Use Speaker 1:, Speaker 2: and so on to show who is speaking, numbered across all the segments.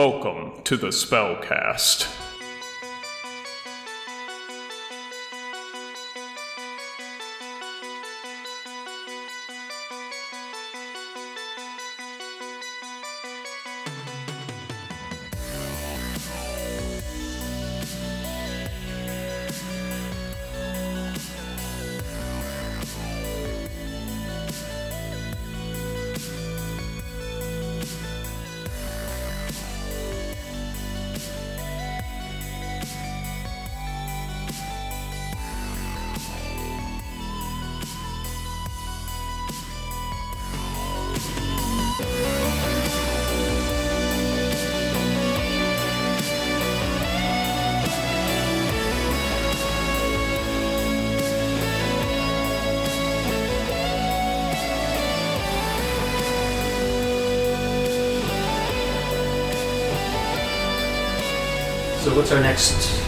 Speaker 1: Welcome to the Spellcast.
Speaker 2: So what's our next?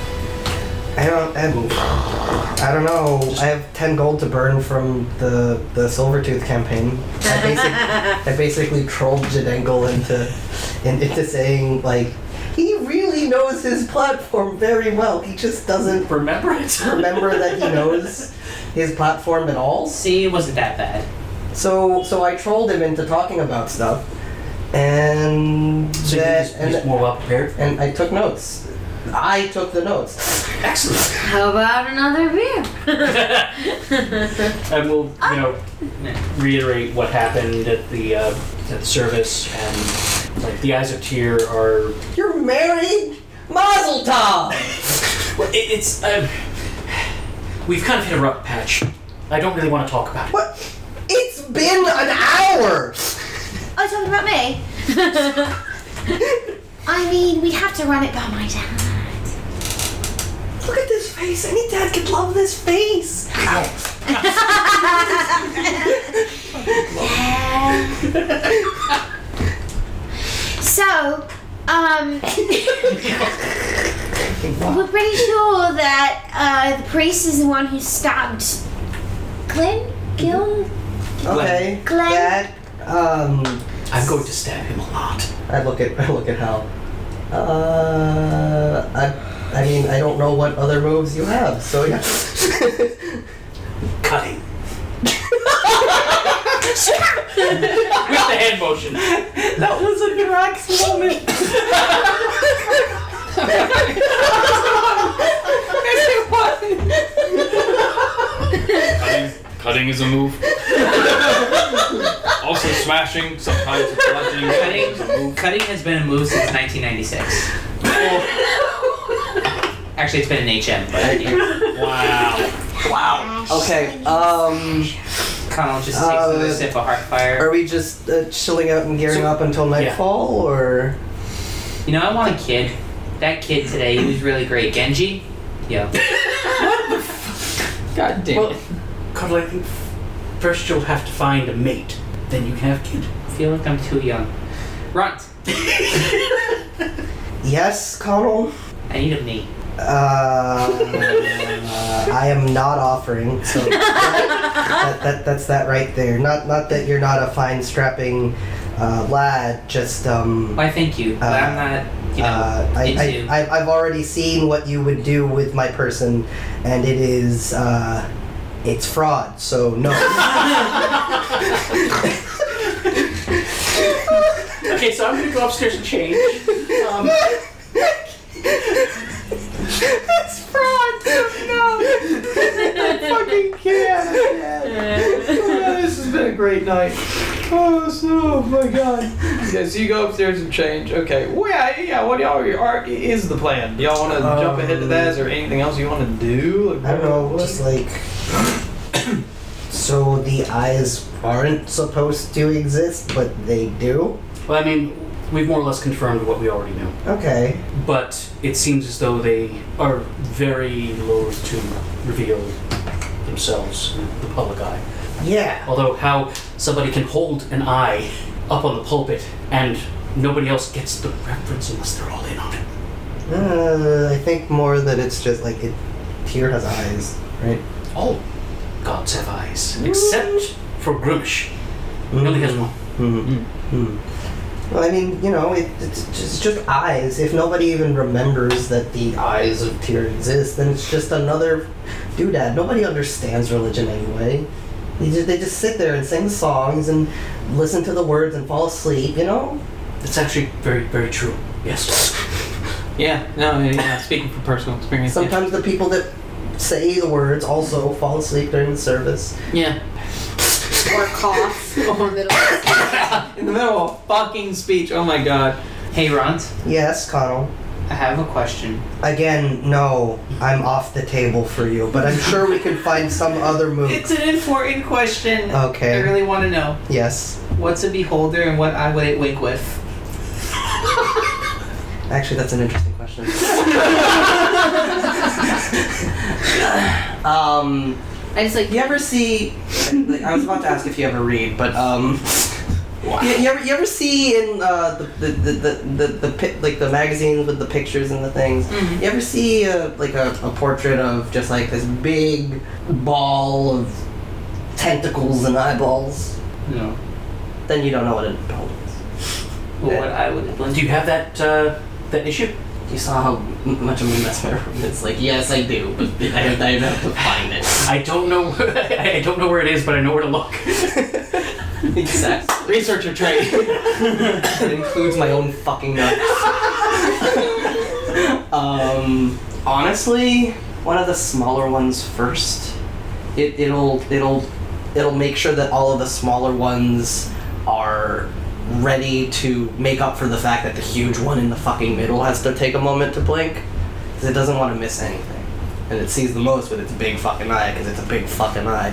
Speaker 3: I don't. I, have- I don't know. I have ten gold to burn from the the Silvertooth campaign. I, basic, I basically trolled Jadengle into in, into saying like he really knows his platform very well. He just doesn't
Speaker 2: Remember it?
Speaker 3: remember that he knows his platform at all.
Speaker 4: See, it wasn't that bad.
Speaker 3: So so I trolled him into talking about stuff, and
Speaker 2: So you're
Speaker 3: that
Speaker 2: just, you're
Speaker 3: and,
Speaker 2: just more well prepared.
Speaker 3: and I took notes. I took the notes.
Speaker 2: Excellent.
Speaker 5: How about another beer?
Speaker 2: And we'll, you know, reiterate what happened at the uh, at the service and like the eyes of tear are.
Speaker 3: You're married? Mazel tov!
Speaker 2: Well, it, it's. Uh, we've kind of hit a rough patch. I don't really want to talk about it.
Speaker 3: What? It's been an hour!
Speaker 5: Oh, you talking about me? I mean, we have to run it by my dad.
Speaker 3: Look at this face. Any dad could love this face. Ow.
Speaker 5: So, um, we're pretty sure that uh, the priest is the one who stabbed Glenn. Gil.
Speaker 3: Okay.
Speaker 5: Glenn.
Speaker 3: Dad. Um,
Speaker 2: I'm going to stab him a lot.
Speaker 3: I look at I look at Hal. Uh, I, I mean, I don't know what other moves you have, so yeah.
Speaker 2: Cutting. With the hand motion.
Speaker 3: that was a Drax moment.
Speaker 1: Cutting, cutting is a move. also smashing, sometimes it's bludgeoning.
Speaker 4: Cutting,
Speaker 1: sometimes it's a move.
Speaker 4: cutting has been a move since 1996. Actually, it's been an HM, but yeah.
Speaker 2: Wow.
Speaker 3: Okay. Um,
Speaker 4: Connell just takes another
Speaker 3: Uh,
Speaker 4: sip of Heartfire.
Speaker 3: are we just uh, chilling out and gearing up until nightfall, or?
Speaker 4: You know, I want a kid. That kid today, he was really great. Genji? Yo.
Speaker 6: God damn
Speaker 2: Well,
Speaker 6: it.
Speaker 2: Carl, I think first you'll have to find a mate. Then you can have kid.
Speaker 4: I feel like I'm too young. Runt.
Speaker 3: Yes, Connell.
Speaker 4: I need a knee.
Speaker 3: Uh, I am not offering, so that, that, that's that right there. Not not that you're not a fine strapping uh, lad, just um.
Speaker 4: Why, thank you. But I'm not, you know,
Speaker 3: uh, I,
Speaker 4: into...
Speaker 3: I, I, I've already seen what you would do with my person, and it is, uh, it's fraud, so no.
Speaker 2: Okay, so I'm gonna go upstairs and change. Um,
Speaker 3: it's fraud, so no. fucking
Speaker 6: Oh, this has been a great night. Oh, so, oh my god. Yeah, so you go upstairs and change. Okay. Well, yeah, yeah. What y'all are, is the plan? Do y'all want to
Speaker 3: Um,
Speaker 6: jump ahead to that? Is there anything else you want to do? Like,
Speaker 3: I don't know,
Speaker 6: what-
Speaker 3: just like. so the eyes aren't supposed to exist, but they do?
Speaker 2: well, I mean, we've more or less confirmed what we already knew,
Speaker 3: Okay.
Speaker 2: but it seems as though they are very loath to reveal themselves in the public eye.
Speaker 3: Yeah.
Speaker 2: Although, how somebody can hold an eye up on the pulpit and nobody else gets the reference unless they're all in on it.
Speaker 3: Uh, I think more that it's just like it. Tear has eyes, right?
Speaker 2: All gods have
Speaker 3: Mm-hmm.
Speaker 2: eyes, except for Grimish. He only has one.
Speaker 3: Mm. Mm. Well, I mean, you know, it, it's, just, it's just eyes. If nobody even remembers that the eyes of Tyr exist, then it's just another doodad. Nobody understands religion anyway. They just, they just sit there and sing songs and listen to the words and fall asleep, you know?
Speaker 2: That's actually very, very true. Yes.
Speaker 6: Yeah, no, yeah, speaking from personal experience. yeah.
Speaker 3: Sometimes the people that say the words also fall asleep during the service.
Speaker 6: Yeah.
Speaker 7: or cough or middle.
Speaker 6: In the middle of a fucking speech, oh my god.
Speaker 4: Hey, Ron,
Speaker 3: Yes, Connell.
Speaker 4: I have a question.
Speaker 3: Again, no, I'm off the table for you, but I'm sure we can find some other move.
Speaker 4: It's an important question. I
Speaker 3: Okay,
Speaker 4: really want to know
Speaker 3: yes.
Speaker 4: what's a beholder and what eye would it wink with?
Speaker 5: Mm-hmm.
Speaker 3: Actually, that's an interesting question. um,
Speaker 7: I just like
Speaker 3: you ever see? like, I was about to ask if you ever read, but um, you, you ever you ever see in uh, the, the, the, the, the, the pi- like the magazines with the pictures and the things?
Speaker 7: Mm-hmm.
Speaker 3: You ever see uh like a, a portrait of just like this big ball of tentacles and eyeballs?
Speaker 4: No.
Speaker 3: Then you don't know what it is.
Speaker 4: Well, what eye would it blink?
Speaker 2: Do you have that uh, that issue?
Speaker 3: You saw how m- much of a mess my room is. Like, yes, I do, but I have, I have to find it.
Speaker 2: I don't know. I don't know where it is, but I know where to look.
Speaker 3: Exactly. Researcher trade. it includes my own fucking nuts. um, honestly, one of the smaller ones first. It, it'll it'll it'll make sure that all of the smaller ones are ready to make up for the fact that the huge one in the fucking middle has to take a moment to blink because it doesn't want to miss anything and it sees the most with its big fucking eye because it's a big fucking eye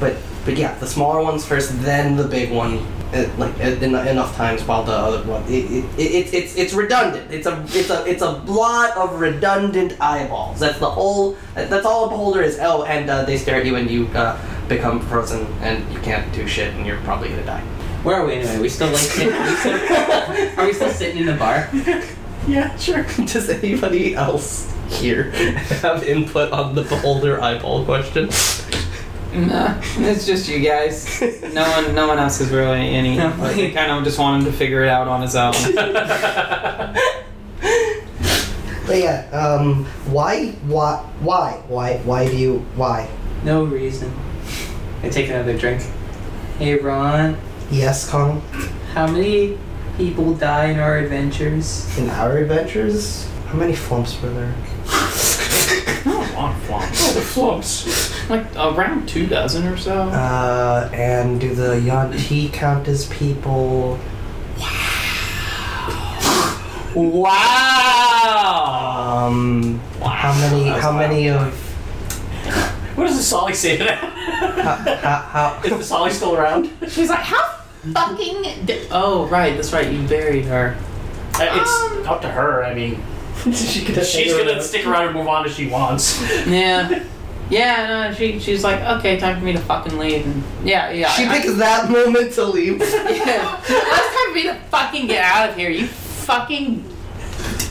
Speaker 3: but but yeah the smaller ones first then the big one eh, like eh, en- enough times while the other one it, it, it, it's it's redundant it's a it's a it's a lot of redundant eyeballs that's the whole that's all a beholder is oh and uh, they stare at you and you uh, become frozen and you can't do shit and you're probably gonna die
Speaker 4: Where are we anyway? Are we still like sitting? Are we still, are we still sitting in the bar?
Speaker 3: Yeah, sure. Does anybody else here have input on the beholder eyeball question?
Speaker 6: Nah, it's just you guys. No one, no one else is really any.
Speaker 4: No.
Speaker 6: Like, I kind of just want him to figure it out on his own.
Speaker 3: But yeah, um, why, why, why, why, why do you, why?
Speaker 4: No reason. I take another drink. Hey, Ron,
Speaker 3: Yes, Connell.
Speaker 4: how many people die in our adventures?
Speaker 3: In our adventures, how many flumps were there?
Speaker 1: Not a lot of
Speaker 2: Oh,
Speaker 1: flumps. the flumps. Like around two dozen or so.
Speaker 3: Uh, and do the Yanti count as people?
Speaker 6: wow.
Speaker 3: Um, how many, how many of,
Speaker 2: What does the Solly say to that?
Speaker 3: how, how, how
Speaker 2: Is the Solly still around?
Speaker 4: She's like, how fucking. Di- oh, right, that's right, you buried her.
Speaker 2: Uh, it's up to her. I mean,
Speaker 3: she could have
Speaker 2: she's gonna stick around and move on as she wants.
Speaker 6: Yeah.
Speaker 4: Yeah, no, she, she's like, okay, time for me to fucking leave. And yeah, yeah.
Speaker 3: She
Speaker 4: I-
Speaker 3: picks that moment to leave.
Speaker 4: Yeah. It's time for me to fucking get out of here. You fucking.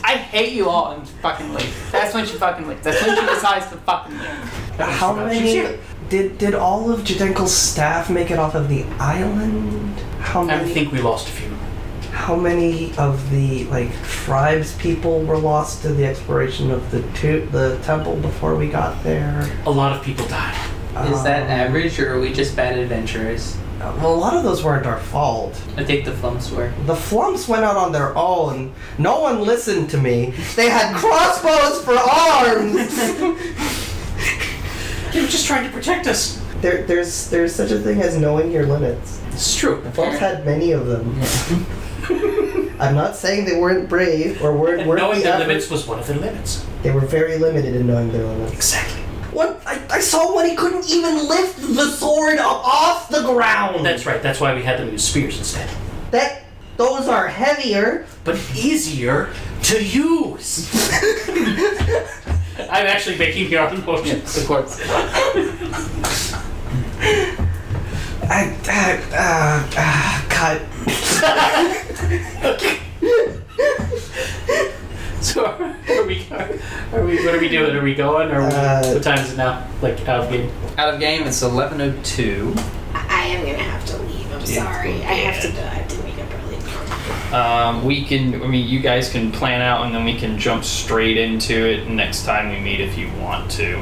Speaker 4: I hate you all and fucking leave. That's when she fucking leaves. That's when she decides to fucking leave.
Speaker 3: How many did did all of Jadenko's staff make it off of the island? How
Speaker 2: I
Speaker 3: many?
Speaker 2: think we lost a few.
Speaker 3: How many of the like tribes people were lost to the exploration of the tu- the temple before we got there?
Speaker 2: A lot of people died.
Speaker 4: Is that
Speaker 3: Um,
Speaker 4: average or are we just bad adventurers?
Speaker 3: Well, a lot of those weren't our fault.
Speaker 4: I think the flumps were.
Speaker 3: The flumps went out on their own. No one listened to me. They had crossbows for arms.
Speaker 2: They were just trying to protect us.
Speaker 3: there, there's there's such a thing as knowing your limits.
Speaker 2: It's true.
Speaker 3: Flumps had many of them. I'm not saying they weren't brave or weren't
Speaker 2: And
Speaker 3: worthy
Speaker 2: knowing their
Speaker 3: efforts.
Speaker 2: limits was one of their limits.
Speaker 3: They were very limited in knowing their limits.
Speaker 2: Exactly.
Speaker 3: What? I, I saw one, he couldn't even lift the sword up off the ground.
Speaker 2: That's right. That's why we had them use spears instead.
Speaker 3: that. Those are heavier.
Speaker 2: But easier to use. I'm actually making your own motions. Of course.
Speaker 3: I, I, uh, uh, cut.
Speaker 2: So are we? Are we? What are we doing? Are we going? Or
Speaker 3: Uh,
Speaker 2: what time is it now? Like out of game.
Speaker 6: Out of game, it's 11.02.
Speaker 7: I am gonna have to leave. I'm sorry. I have to. I have to wake up early.
Speaker 2: Uh,
Speaker 6: Um, we can, I mean, you guys can plan out and then we can jump straight into it next time we meet if you want to.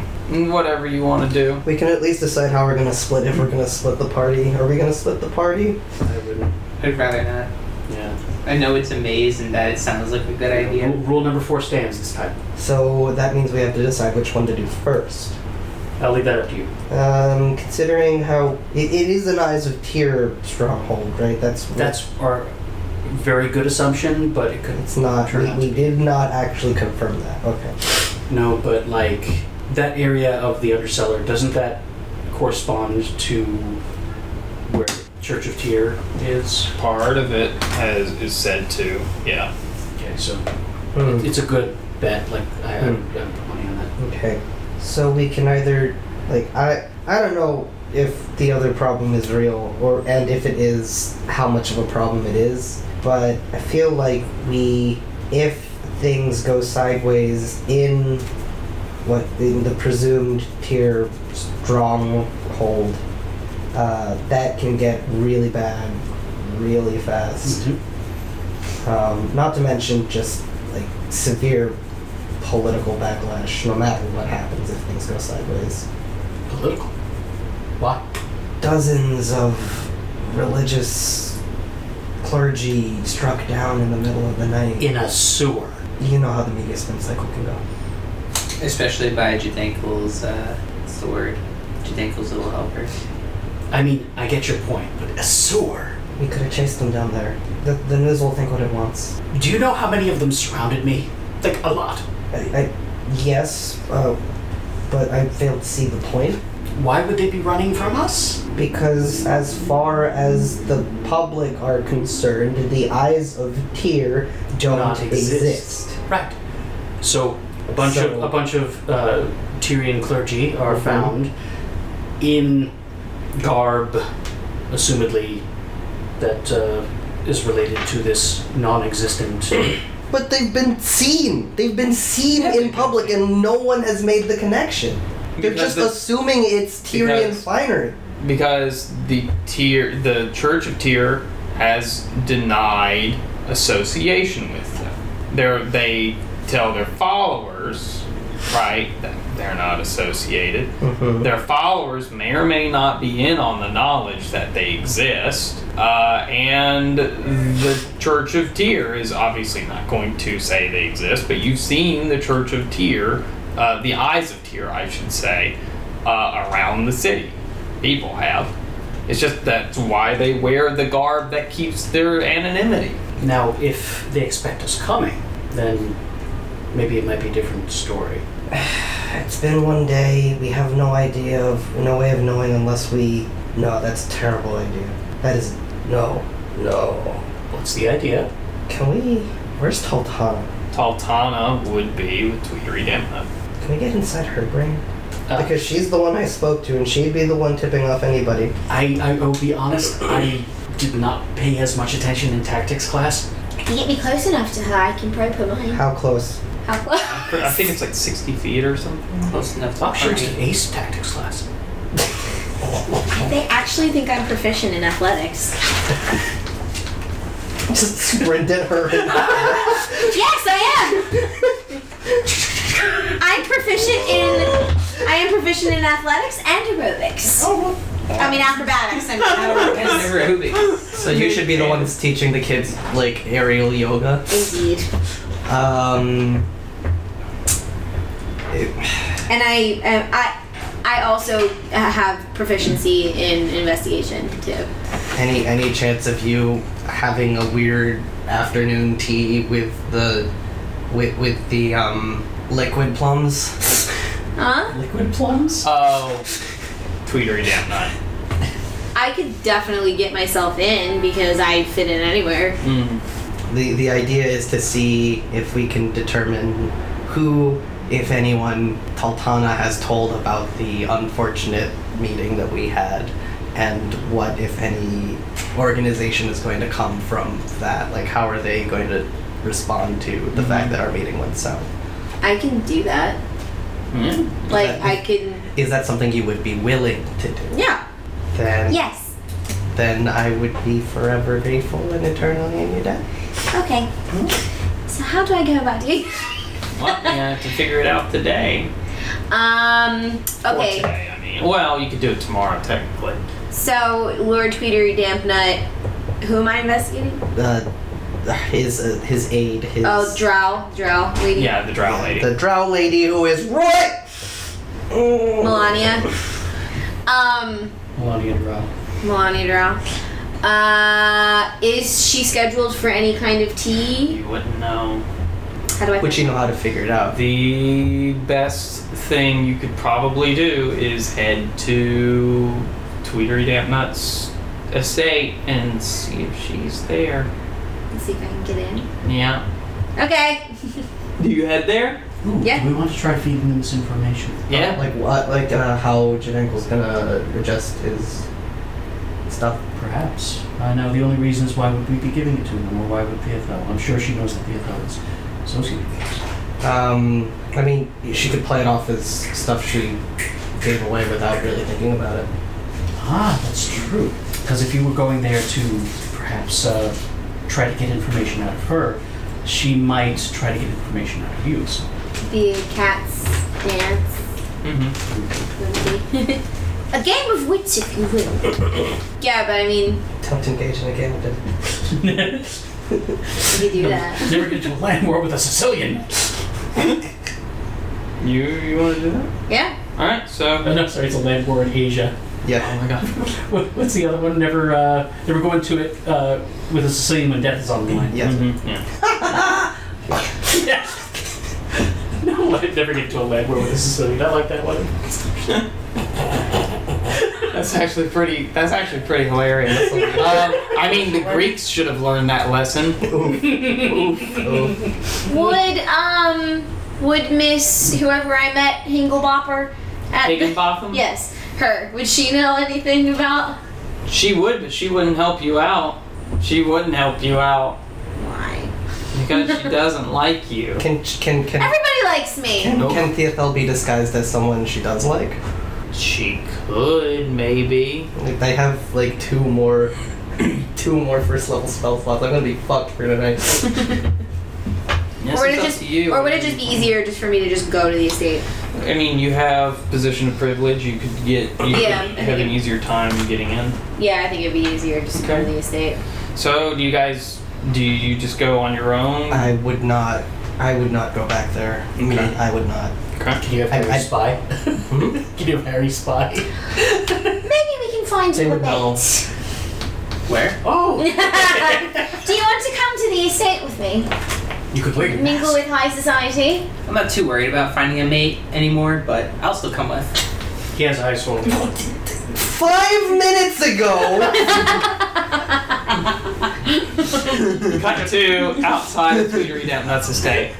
Speaker 8: Whatever you want to do.
Speaker 3: We can at least decide how we're gonna split. If we're gonna split the party, are we gonna split the party?
Speaker 2: I wouldn't.
Speaker 4: I'd rather not.
Speaker 2: Yeah.
Speaker 4: I know it's a maze and that it sounds like a good
Speaker 2: Rule,
Speaker 4: idea.
Speaker 2: rule number four stands this time.
Speaker 3: So that means we have to decide which one to do first.
Speaker 2: I'll leave that up to you.
Speaker 3: Um, considering how it, it is an Eyes of Tear stronghold, right? That's
Speaker 2: That's our very good assumption, but it could
Speaker 3: it's not.
Speaker 2: turn
Speaker 3: We,
Speaker 2: out.
Speaker 3: we did not actually confirm that. Okay.
Speaker 2: No, but like that area of the underseller, doesn't that correspond to where Church of Tyr is?
Speaker 6: Part of it has, is said to, yeah.
Speaker 2: Okay, so
Speaker 3: Hmm,
Speaker 2: it's a good bet. Like I, I,
Speaker 3: Hmm.
Speaker 2: I put money on that.
Speaker 3: Okay. So we can either like I I don't know if the other problem is real or and if it is how much of a problem it is, but I feel like we if things go sideways in what in the presumed tier stronghold, uh, that can get really bad really fast. Um, not to mention just like severe political backlash, no matter what happens if things go sideways.
Speaker 2: Political. Why?
Speaker 3: Dozens of religious clergy struck down in the middle of the night.
Speaker 2: In a sewer.
Speaker 3: You know how the media spin cycle can go.
Speaker 4: Especially by Judankel's, uh, what's the word? Judankel's little helper.
Speaker 2: I mean, I get your point, but a sewer.
Speaker 3: We could have chased them down there. The, the news will think what it wants.
Speaker 2: Do you know how many of them surrounded me? Like a lot.
Speaker 3: I, I yes, uh, but I failed to see the point.
Speaker 2: Why would they be running from us?
Speaker 3: because as far as the public are concerned, the eyes of Tyr don't
Speaker 2: Not
Speaker 3: exist.
Speaker 2: exist. Right. So a bunch of
Speaker 3: So- Mm-hmm.
Speaker 2: a bunch of uh, Tyrian clergy are found in garb, assumedly that uh, is related to this non-existent.
Speaker 3: But they've been seen. They've been seen
Speaker 8: Yeah,
Speaker 3: in
Speaker 8: they've
Speaker 3: public, and no one has made the connection. They're
Speaker 6: Because
Speaker 3: just
Speaker 6: the-
Speaker 3: assuming it's Tyrian
Speaker 6: because-
Speaker 3: finery.
Speaker 6: Because the tier, the Church of Tyr has denied association with them. They're, they tell their followers, right, that they're not associated. Their followers may or may not be in on the knowledge that they exist, uh, and the Church of Tyr is obviously not going to say they exist. But you've seen the Church of Tyr, uh, the eyes of Tyr, I should say, uh, around the city. People have. It's just that's why they wear the garb that keeps their anonymity.
Speaker 2: now, if they expect us coming, then maybe it might be a different story.
Speaker 3: It's been one day. We have no idea of no way of knowing unless we. No, that's a terrible idea. That is no, no.
Speaker 2: What's the idea?
Speaker 3: Can we? Where's Toltana?
Speaker 6: Taltana would be with Tweetery Demna.
Speaker 3: Can we get inside her brain?
Speaker 2: Uh,
Speaker 3: Because she's the one I spoke to, and she'd be the one tipping off anybody.
Speaker 2: I, I will be honest, I did not pay as much attention in tactics class.
Speaker 5: If you get me close enough to her, I can probe her mind.
Speaker 3: How close?
Speaker 5: How close?
Speaker 6: I think it's like 60 feet or something.
Speaker 4: Close enough to
Speaker 2: I'm sure it's
Speaker 4: find.
Speaker 2: an ace tactics class.
Speaker 5: They actually think I'm proficient in athletics.
Speaker 3: Just sprint at her.
Speaker 5: Yes, I am. I'm proficient in. I am proficient in athletics and aerobics. I mean acrobatics. I mean
Speaker 4: And
Speaker 5: acrobatics.
Speaker 4: Ruby.
Speaker 3: so you should be the one that's teaching the kids like aerial yoga.
Speaker 5: Indeed.
Speaker 3: Um.
Speaker 5: And I, um, I, I also uh, have proficiency in investigation too.
Speaker 3: Any any chance of you having a weird afternoon tea with the with with the um liquid plums?
Speaker 5: Huh?
Speaker 2: Liquid plums?
Speaker 6: Oh, Tweetery Demna.
Speaker 5: I could definitely get myself in because I fit in anywhere.
Speaker 3: The the idea is to see if we can determine who, if anyone, Taltana has told about the unfortunate meeting that we had, and what, if any, organization is going to come from that. Like, how are they going to respond to the fact that our meeting went south?
Speaker 5: I can do that. Like I can.
Speaker 3: Hmm. Is that something you would be willing to do?
Speaker 5: Yeah.
Speaker 3: Then,
Speaker 5: Yes.
Speaker 3: then I would be forever grateful and eternally in your debt.
Speaker 5: Okay. So how do I go about doing?
Speaker 6: Well, you have to figure it out today.
Speaker 5: um.
Speaker 6: Or
Speaker 5: Okay.
Speaker 6: today, I mean. Well, you could do it tomorrow, technically.
Speaker 5: So Lord Tweetery Dampnut. Who am I investigating?
Speaker 3: Uh, his uh, his aide, his
Speaker 5: Oh, Drow. Drow. Lady
Speaker 6: Yeah, the drow lady.
Speaker 3: the drow lady who is what?
Speaker 5: Melania. Um.
Speaker 2: Melania Drow.
Speaker 5: Melania Drow. Uh, is she scheduled for any kind of tea?
Speaker 6: You wouldn't know.
Speaker 5: How do I?
Speaker 3: Which you know how to figure it out.
Speaker 6: The best thing you could probably do is head to Tweetery Dampnut's estate and see if she's there.
Speaker 5: Let's see if I can get in.
Speaker 6: Yeah.
Speaker 5: Okay.
Speaker 6: Do you head there?
Speaker 2: Ooh,
Speaker 5: Yeah.
Speaker 2: Do we want to try feeding them this information?
Speaker 6: Yeah.
Speaker 3: Like what? Like uh, how Jadenko's gonna adjust his stuff?
Speaker 2: Perhaps. I know the only reasons why would we be giving it to them, or why would PFL? I'm sure she knows that PFL is associated with us.
Speaker 3: Um, I mean, she could play it off as stuff she gave away without really thinking about it.
Speaker 2: Ah, that's true. Because if you were going there to perhaps uh, try to get information out of her, she might try to get information out of you. So
Speaker 5: The cats dance.
Speaker 6: Mm-hmm.
Speaker 5: movie. A game of wits, if you will. yeah, but I mean,
Speaker 3: Attempt to engage in a game with it.
Speaker 2: never
Speaker 5: you could do that.
Speaker 2: get to a land war with a Sicilian.
Speaker 6: You you want to do that?
Speaker 5: Yeah.
Speaker 6: All right. So.
Speaker 2: Oh, no, sorry, it's a land war in Asia.
Speaker 6: Oh
Speaker 3: Yeah.
Speaker 6: my god.
Speaker 2: What, what's the other one? Never. Uh, they were going to it uh, with a Sicilian when death is on the line.
Speaker 3: Yes.
Speaker 6: Mm-hmm. Yeah.
Speaker 2: Yeah. no, I'd never get to a land war with a Sicilian. I like that one.
Speaker 6: That's actually pretty. That's actually pretty hilarious. um, I mean, the Greeks should have learned that lesson.
Speaker 5: Would um, would Miss whoever I met Hinglebopper at the,
Speaker 6: Higginbotham.
Speaker 5: yes her would she know anything about
Speaker 6: She would, but she wouldn't help you out. She wouldn't help you out
Speaker 5: why?
Speaker 6: because she doesn't like you.
Speaker 3: Can can can
Speaker 5: Everybody likes me.
Speaker 3: can,
Speaker 6: Nope.
Speaker 3: can Theophil be disguised as someone she does like?
Speaker 6: She could maybe.
Speaker 3: Like they have like two more, two more first level spell slots. I'm gonna be fucked for tonight.
Speaker 6: Yes,
Speaker 5: would it
Speaker 6: it's up
Speaker 5: just-
Speaker 6: to you.
Speaker 5: Or would it just be easier just for me to just go to the estate?
Speaker 6: I mean, you have position of privilege. You could get. You
Speaker 5: Yeah,
Speaker 6: could
Speaker 5: I
Speaker 6: have an
Speaker 5: think-
Speaker 6: easier time getting in.
Speaker 5: Yeah, I think it'd be easier just to go to
Speaker 6: Okay.
Speaker 5: the estate.
Speaker 6: So, do you guys? Do you just go on your own?
Speaker 3: I would not. I would not go back there. Me,
Speaker 6: Okay.
Speaker 3: I would not.
Speaker 6: Okay.
Speaker 2: Can you have Harry
Speaker 3: I- I-
Speaker 2: spy? Can you have Harry spy?
Speaker 5: Maybe we can find
Speaker 3: They
Speaker 5: you a
Speaker 3: would know.
Speaker 5: mate.
Speaker 6: Where?
Speaker 2: Oh,
Speaker 5: Do you want to come to the estate with me?
Speaker 2: you could wear your
Speaker 5: Mingle
Speaker 2: mask.
Speaker 5: with high society?
Speaker 4: I'm not too worried about finding a mate anymore, but I'll still come with.
Speaker 2: He has eyes swollen.
Speaker 3: Five minutes ago.
Speaker 6: Cut to outside of Tweedery Nuts Estate.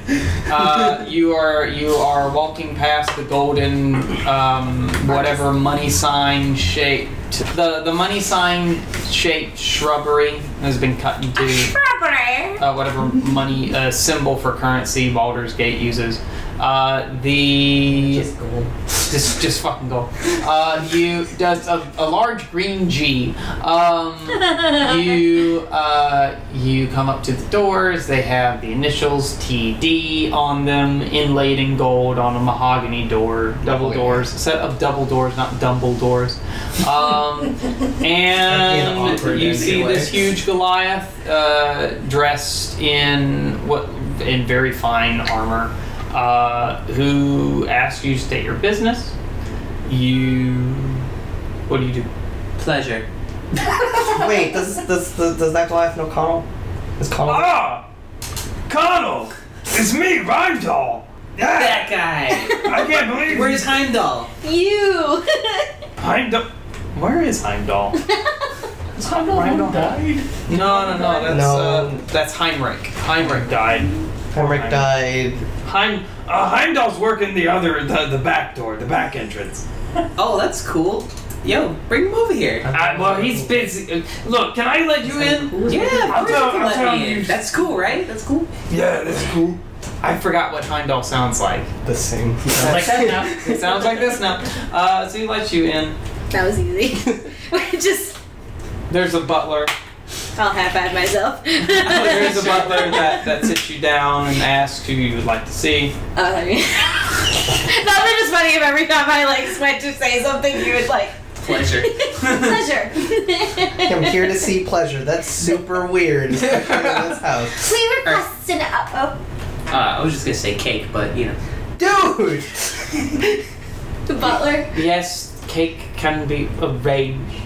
Speaker 6: Uh, you are you are walking past the golden um, whatever money sign shaped the the money sign shaped shrubbery has been cut into
Speaker 5: Shrubbery.
Speaker 6: uh, whatever money uh, symbol for currency Baldur's Gate uses. Uh, the
Speaker 3: Just gold.
Speaker 6: just just fucking go. Uh, you does a, a large green G. Um, you uh, you come up to the doors. They have the initials TD on them, inlaid in gold on a mahogany door, double
Speaker 3: Lovely.
Speaker 6: doors, a set of double doors, not dumble doors. Um, and
Speaker 3: That'd be an awkward
Speaker 6: you see
Speaker 3: entryway.
Speaker 6: this huge Goliath uh, dressed in what in very fine armor, uh, who asks you to state your business. You, what do you do?
Speaker 4: Pleasure.
Speaker 3: Wait, does does does, does that guy have no Connell? Is Connell?
Speaker 9: Ah! Connell! It's me, Heimdall! Yeah,
Speaker 4: That guy!
Speaker 9: I can't believe
Speaker 4: Where's Heimdall?
Speaker 5: You.
Speaker 9: Heimdall.
Speaker 6: Where is Heimdall?
Speaker 2: Is Heimdall the one who died?
Speaker 6: No, no, no. That's
Speaker 3: No.
Speaker 6: Uh, that's Heimrich. Heimrich died.
Speaker 3: Hemrick died.
Speaker 6: Heim.
Speaker 9: Uh, Heimdall's working the other, the, the back door, the back entrance.
Speaker 4: Oh, that's cool. Yo, bring him over here.
Speaker 9: I, Uh, well, he's busy. Uh, Look, can I let you in?
Speaker 4: Yeah,
Speaker 9: I'll
Speaker 4: of course you
Speaker 9: tell-
Speaker 4: can
Speaker 9: I'll
Speaker 4: let
Speaker 9: tell
Speaker 4: me in.
Speaker 9: you.
Speaker 4: That's cool, right? That's cool.
Speaker 9: Yeah, that's cool.
Speaker 6: I forgot what Heimdall sounds like.
Speaker 3: The same.
Speaker 2: Like that now.
Speaker 6: It sounds like this now. Uh, so he lets you in.
Speaker 5: That was easy. We just
Speaker 6: There's a butler.
Speaker 5: I'll high five myself.
Speaker 6: Oh, there's a butler that, that sits you down and asks who you would like to see.
Speaker 5: Oh, I mean, nothing is funny if every time I like went to say something, you would like
Speaker 10: Pleasure.
Speaker 5: pleasure.
Speaker 3: I'm here to see pleasure. That's super weird. especially in this house.
Speaker 5: we request an uh,
Speaker 10: Uh, I was just gonna say cake, but you know.
Speaker 3: Dude!
Speaker 5: oh, butler.
Speaker 6: Yes, cake can be arranged.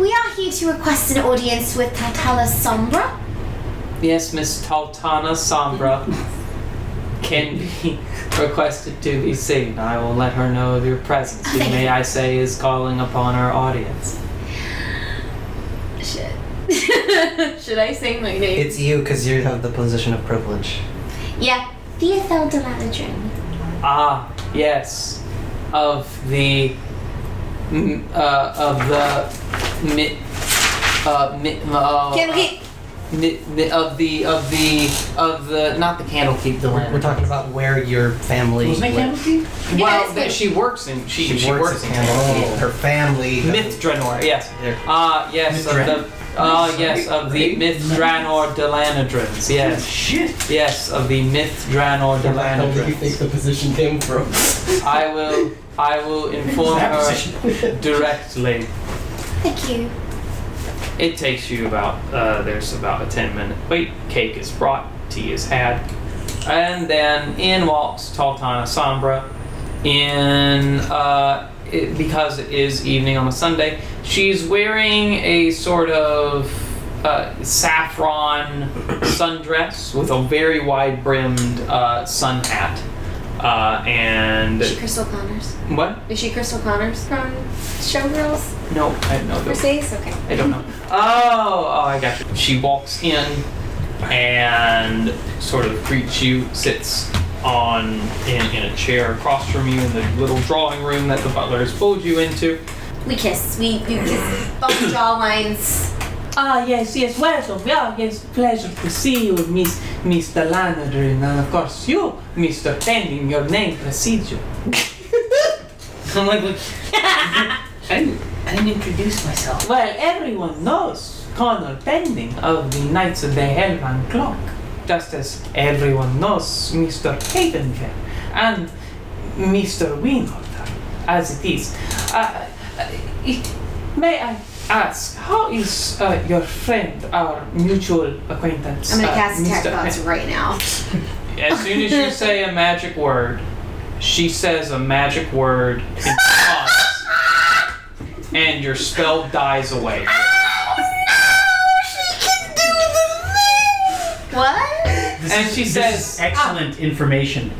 Speaker 5: We are here to request an audience with Tatala Sombra.
Speaker 6: Yes, Miss Taltana Sombra can be requested to be seen. I will let her know of your presence, who may I say is calling upon our audience.
Speaker 5: Shit. Should I sing my name?
Speaker 3: It's you because you have the position of privilege.
Speaker 5: yeah. Theophil Delanadrin.
Speaker 6: Ah, yes, of the m- uh, of the mi, uh, mi, uh,
Speaker 5: Can we?
Speaker 6: mi- mi- of the of the of the not the candle keep the
Speaker 3: We're, we're
Speaker 6: lamp.
Speaker 3: talking about where your family. lives.
Speaker 6: Well,
Speaker 5: it's
Speaker 6: that she works in she
Speaker 3: She, works, at
Speaker 6: in
Speaker 3: Campbell. Her family.
Speaker 6: Mythdranor, yes.
Speaker 3: There.
Speaker 6: Ah, yes, of
Speaker 3: Mithran.
Speaker 6: the ah, yes, of the Mythdranor Delanadrins, yes.
Speaker 3: Shit!
Speaker 6: Yes, of the Mythdranor
Speaker 3: Where the hell do you think
Speaker 6: Delanadrins.
Speaker 3: the position came from?
Speaker 6: I will I will inform her directly.
Speaker 5: Thank you.
Speaker 6: It takes you about uh, there's about a ten minute wait. Cake is brought, tea is had, and then in walks Taltana Sombra. In uh, it, because it is evening on a Sunday, she's wearing a sort of uh, saffron sundress with a very wide brimmed uh, sun hat. Uh,
Speaker 7: Is she
Speaker 6: and
Speaker 7: Crystal Connors?
Speaker 6: what?
Speaker 7: Is she Crystal Connors from Showgirls?
Speaker 6: No, I know.
Speaker 7: Per
Speaker 6: the-
Speaker 7: se? Okay.
Speaker 6: I don't know. Oh, oh, I got you. She walks in and sort of greets you, sits on in, in a chair across from you in the little drawing room that the butler has pulled you into.
Speaker 5: We kiss. We do kiss. Bump jawlines.
Speaker 6: Ah, yes, yes, welcome. Yeah, yes, pleasure to see you, Miss Miss Delanadrin, and of course you, Mr. Pending. Your name precedes you. I'm like, like,
Speaker 10: I didn't, I didn't introduce myself.
Speaker 6: Well, everyone knows Connor Pending of the Knights of the Hellman Clock, just as everyone knows Mr. Havenfair and Mr. Winholder, as it is. Uh, uh, it- may I ask, how is uh, your friend, our mutual acquaintance?
Speaker 5: I'm gonna
Speaker 6: uh,
Speaker 5: cast attack
Speaker 6: Mr.
Speaker 5: thoughts right now.
Speaker 6: As soon as you say a magic word, she says a magic word in response, and your spell dies away.
Speaker 5: What?
Speaker 2: This
Speaker 6: And
Speaker 2: is-
Speaker 6: she
Speaker 2: this
Speaker 6: says,
Speaker 2: is excellent information.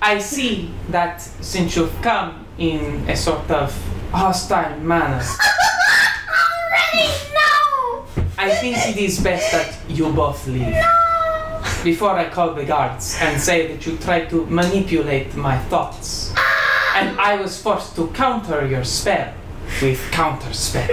Speaker 6: I see that since you've come in a sort of hostile manner,
Speaker 5: No.
Speaker 6: I think it is best that you both leave. Before I call the guards and say that you tried to manipulate my thoughts, and I was forced to counter your spell with counter spell.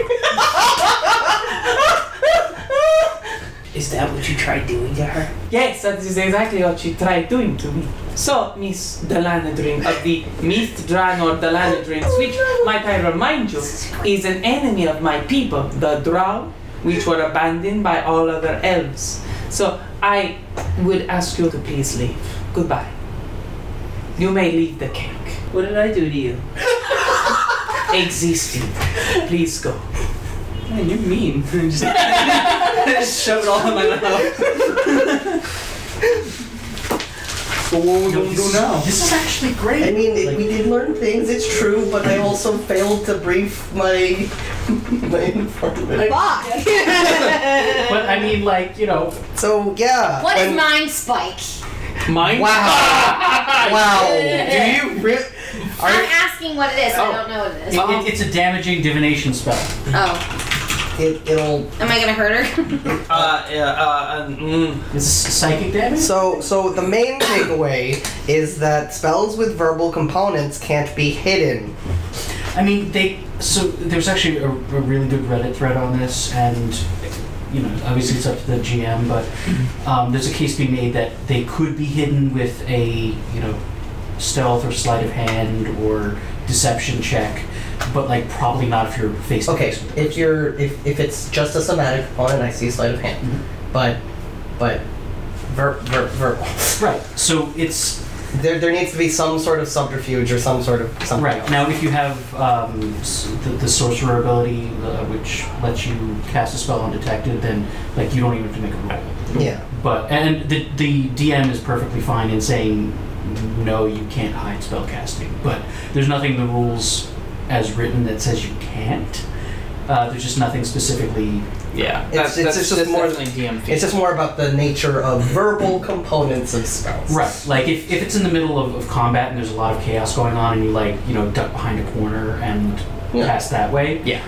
Speaker 10: Is that what you tried doing to her?
Speaker 6: Yes, that is exactly what she tried doing to me. So, Miss Delanadrin of the Mistran or Delanadrins, which, might I remind you, is an enemy of my people, the Drow, which were abandoned by all other elves. So, I would ask you to please leave. Goodbye. You may leave the cake.
Speaker 10: What did I do to you?
Speaker 6: Existing. Please go.
Speaker 10: Man, you're mean. just, just shoved it all in my mouth.
Speaker 3: So what are we gonna do now?
Speaker 2: This is actually
Speaker 3: I
Speaker 2: great.
Speaker 3: mean, it, we did learn things. It's true, but I also failed to brief my my informant.
Speaker 5: Fuck.
Speaker 2: But I mean, like, you know,
Speaker 3: So yeah.
Speaker 5: What is
Speaker 3: I'm-
Speaker 5: mind spike?
Speaker 6: Mine?
Speaker 3: Wow! wow!
Speaker 5: Do
Speaker 3: you rip?
Speaker 5: I'm asking what it is.
Speaker 6: Oh.
Speaker 5: I don't know what it is.
Speaker 2: it- it- it's a damaging divination spell.
Speaker 6: Uh-huh.
Speaker 5: Oh,
Speaker 3: It, it'll.
Speaker 5: am I gonna hurt her?
Speaker 6: Uh, uh, uh, mm.
Speaker 2: Is this psychic damage?
Speaker 3: So so the main takeaway is that spells with verbal components can't be hidden.
Speaker 2: I mean, they. So there's actually a, a really good Reddit thread on this, and you know, obviously it's up to the GM, but um, there's a case being made that they could be hidden with a you know stealth or sleight of hand or deception check, but like probably not if you're face to
Speaker 10: Okay,
Speaker 2: face. with the
Speaker 10: if
Speaker 2: person.
Speaker 10: you're if, if it's just a somatic opponent, I see sleight of hand.
Speaker 2: Mm-hmm.
Speaker 10: But but ver, ver, verbal.
Speaker 2: right, so it's
Speaker 10: There, there needs to be some sort of subterfuge or some sort of something.
Speaker 2: right
Speaker 10: else.
Speaker 2: now. If you have um, s- the, the sorcerer ability, uh, which lets you cast a spell undetected, then like you don't even have to make a roll.
Speaker 10: Yeah.
Speaker 2: But and the the DM is perfectly fine in saying no, you can't hide spellcasting. But there's nothing in the rules as written that says you can't. Uh, there's just nothing specifically.
Speaker 6: Yeah,
Speaker 10: It's-
Speaker 6: that's,
Speaker 10: it's
Speaker 6: that's,
Speaker 10: just
Speaker 6: that's
Speaker 10: more-
Speaker 6: definitely DM
Speaker 10: It's just more about the nature of verbal components of spells.
Speaker 2: Right. Like if, if it's in the middle of, of combat and there's a lot of chaos going on and you like you know duck behind a corner and
Speaker 10: Yeah.
Speaker 2: pass that way.
Speaker 6: Yeah.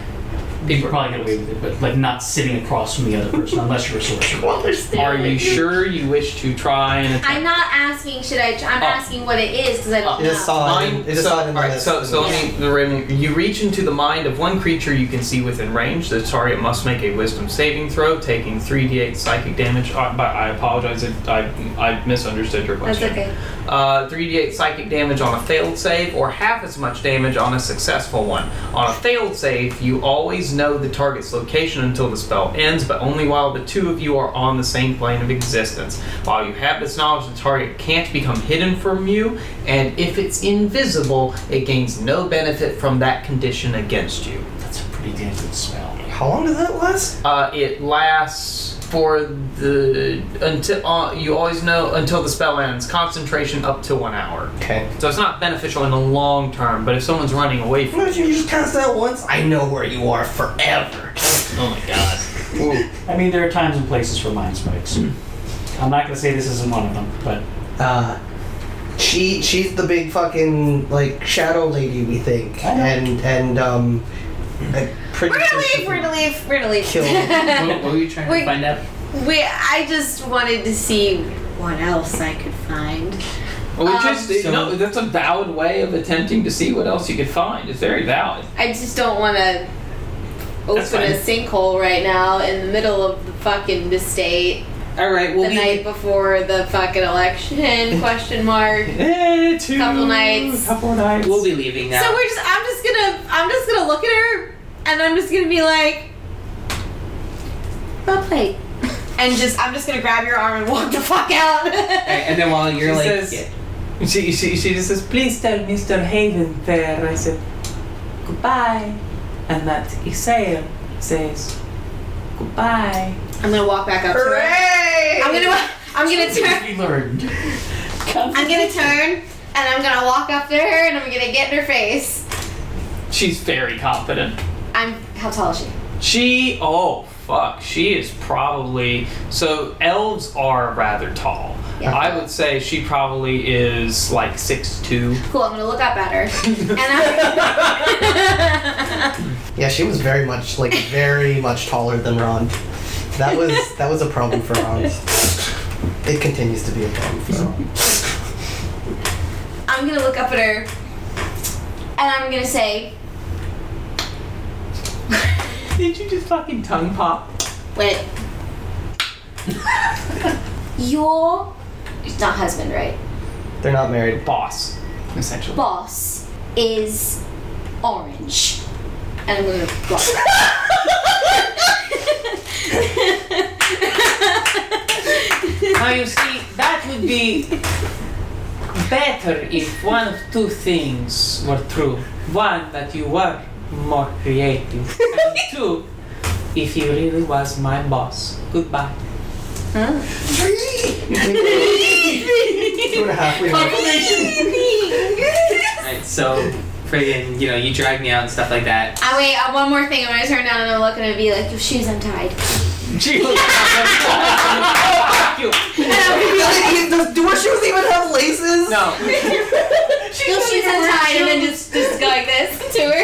Speaker 2: You probably get away with it, but like not sitting across from the other person unless you're a sorcerer.
Speaker 6: Are you sure you wish to try and attack?
Speaker 5: I'm not asking. Should I? I'm
Speaker 6: Oh.
Speaker 5: asking what it is because I don't
Speaker 10: It is
Speaker 5: know.
Speaker 10: saw. it in-
Speaker 6: Mind-
Speaker 10: It
Speaker 6: so,
Speaker 10: is saw it in the
Speaker 6: alright,
Speaker 10: list.
Speaker 6: so, so let me, the Raven- you reach into the mind of one creature you can see within range. The target must make a wisdom saving throw, taking 3d8 psychic damage. I, but I apologize, if I, I misunderstood your
Speaker 11: That's
Speaker 6: question.
Speaker 11: okay.
Speaker 6: Uh, 3d8 psychic damage on a failed save, or half as much damage on a successful one. On a failed save, you always know the target's location until the spell ends, but only while the two of you are on the same plane of existence. While you have this knowledge, the target can't become hidden from you, and if it's invisible, it gains no benefit from that condition against you.
Speaker 2: That's a pretty damn good spell.
Speaker 10: How long does that last?
Speaker 6: Uh, it lasts for the until uh, you always know until the spell ends. Concentration up to one hour.
Speaker 10: Okay.
Speaker 6: So it's not beneficial in the long term, but if someone's running away from
Speaker 10: No, you just cast that once. I know where you are forever.
Speaker 6: Oh my god.
Speaker 2: I mean, there are times and places for mind spikes. I'm not gonna say this isn't one of them, but
Speaker 10: Uh, she she's the big fucking like shadow lady we think,
Speaker 2: I know.
Speaker 10: and and um, I'm pretty
Speaker 5: We're gonna
Speaker 10: sure she
Speaker 5: leave. We're gonna leave. We're gonna leave.
Speaker 10: Kill.
Speaker 4: What, what were you trying
Speaker 5: Wait.
Speaker 4: to find out?
Speaker 5: we. I just wanted to see what else I could find.
Speaker 6: Well, we
Speaker 5: Um,
Speaker 6: just no. That's a valid way of attempting to see what else you could find. It's very valid.
Speaker 5: I just don't want to open
Speaker 6: That's
Speaker 5: a sinkhole right now in the middle of the fucking mistake.
Speaker 4: All right. Well,
Speaker 5: the
Speaker 4: we
Speaker 5: night before the fucking election? Question mark.
Speaker 6: Eh, two
Speaker 5: Couple nights.
Speaker 6: Couple nights.
Speaker 4: we'll be leaving now.
Speaker 5: So we're just. I'm just gonna. I'm just gonna look at her, and I'm just gonna be like, "Well played." And just, I'm just gonna grab your arm and walk the fuck out.
Speaker 4: All right, and then while you're
Speaker 6: She
Speaker 4: like,
Speaker 6: says-
Speaker 4: yeah,
Speaker 6: she, she she just says, "Please
Speaker 12: Please tell Mr. Haven there. I said, goodbye. And that Isaiah says, goodbye.
Speaker 5: I'm gonna walk back up to her. I'm gonna. I'm gonna turn.
Speaker 2: we learned.
Speaker 5: I'm gonna turn, and I'm gonna walk up to her, and I'm gonna get in her face.
Speaker 6: She's very confident.
Speaker 5: I'm. How tall is she?
Speaker 6: She oh fuck. She is probably so elves are rather tall.
Speaker 5: Yeah.
Speaker 6: I would say she probably is like six two.
Speaker 5: Cool. I'm gonna look up at her, and I'm.
Speaker 10: yeah, she was very much like very much taller than Ron. That was that was a problem for Ron. It continues to be a problem for Ron.
Speaker 5: I'm gonna look up at her, and I'm gonna say,
Speaker 6: Did you just fucking tongue pop?
Speaker 5: Wait. Your it's not husband, right?
Speaker 10: They're not married.
Speaker 6: Boss, essentially.
Speaker 5: Boss is orange. And I'm gonna block.
Speaker 12: Now you see, that would be better if one of two things were true. One, that you were more creative. And two, if he really was my boss. Goodbye.
Speaker 10: Two and a half. We
Speaker 4: all right, so friggin', you know, you drag me out and stuff like that.
Speaker 5: I wait, uh, one more thing. I'm gonna turn down and I'm looking and be like, your shoes untied.
Speaker 6: She looks
Speaker 5: And I'm gonna be like,
Speaker 10: Does, do her shoes even have laces?
Speaker 6: No.
Speaker 5: your shoes untied, and then just, just go like this to her.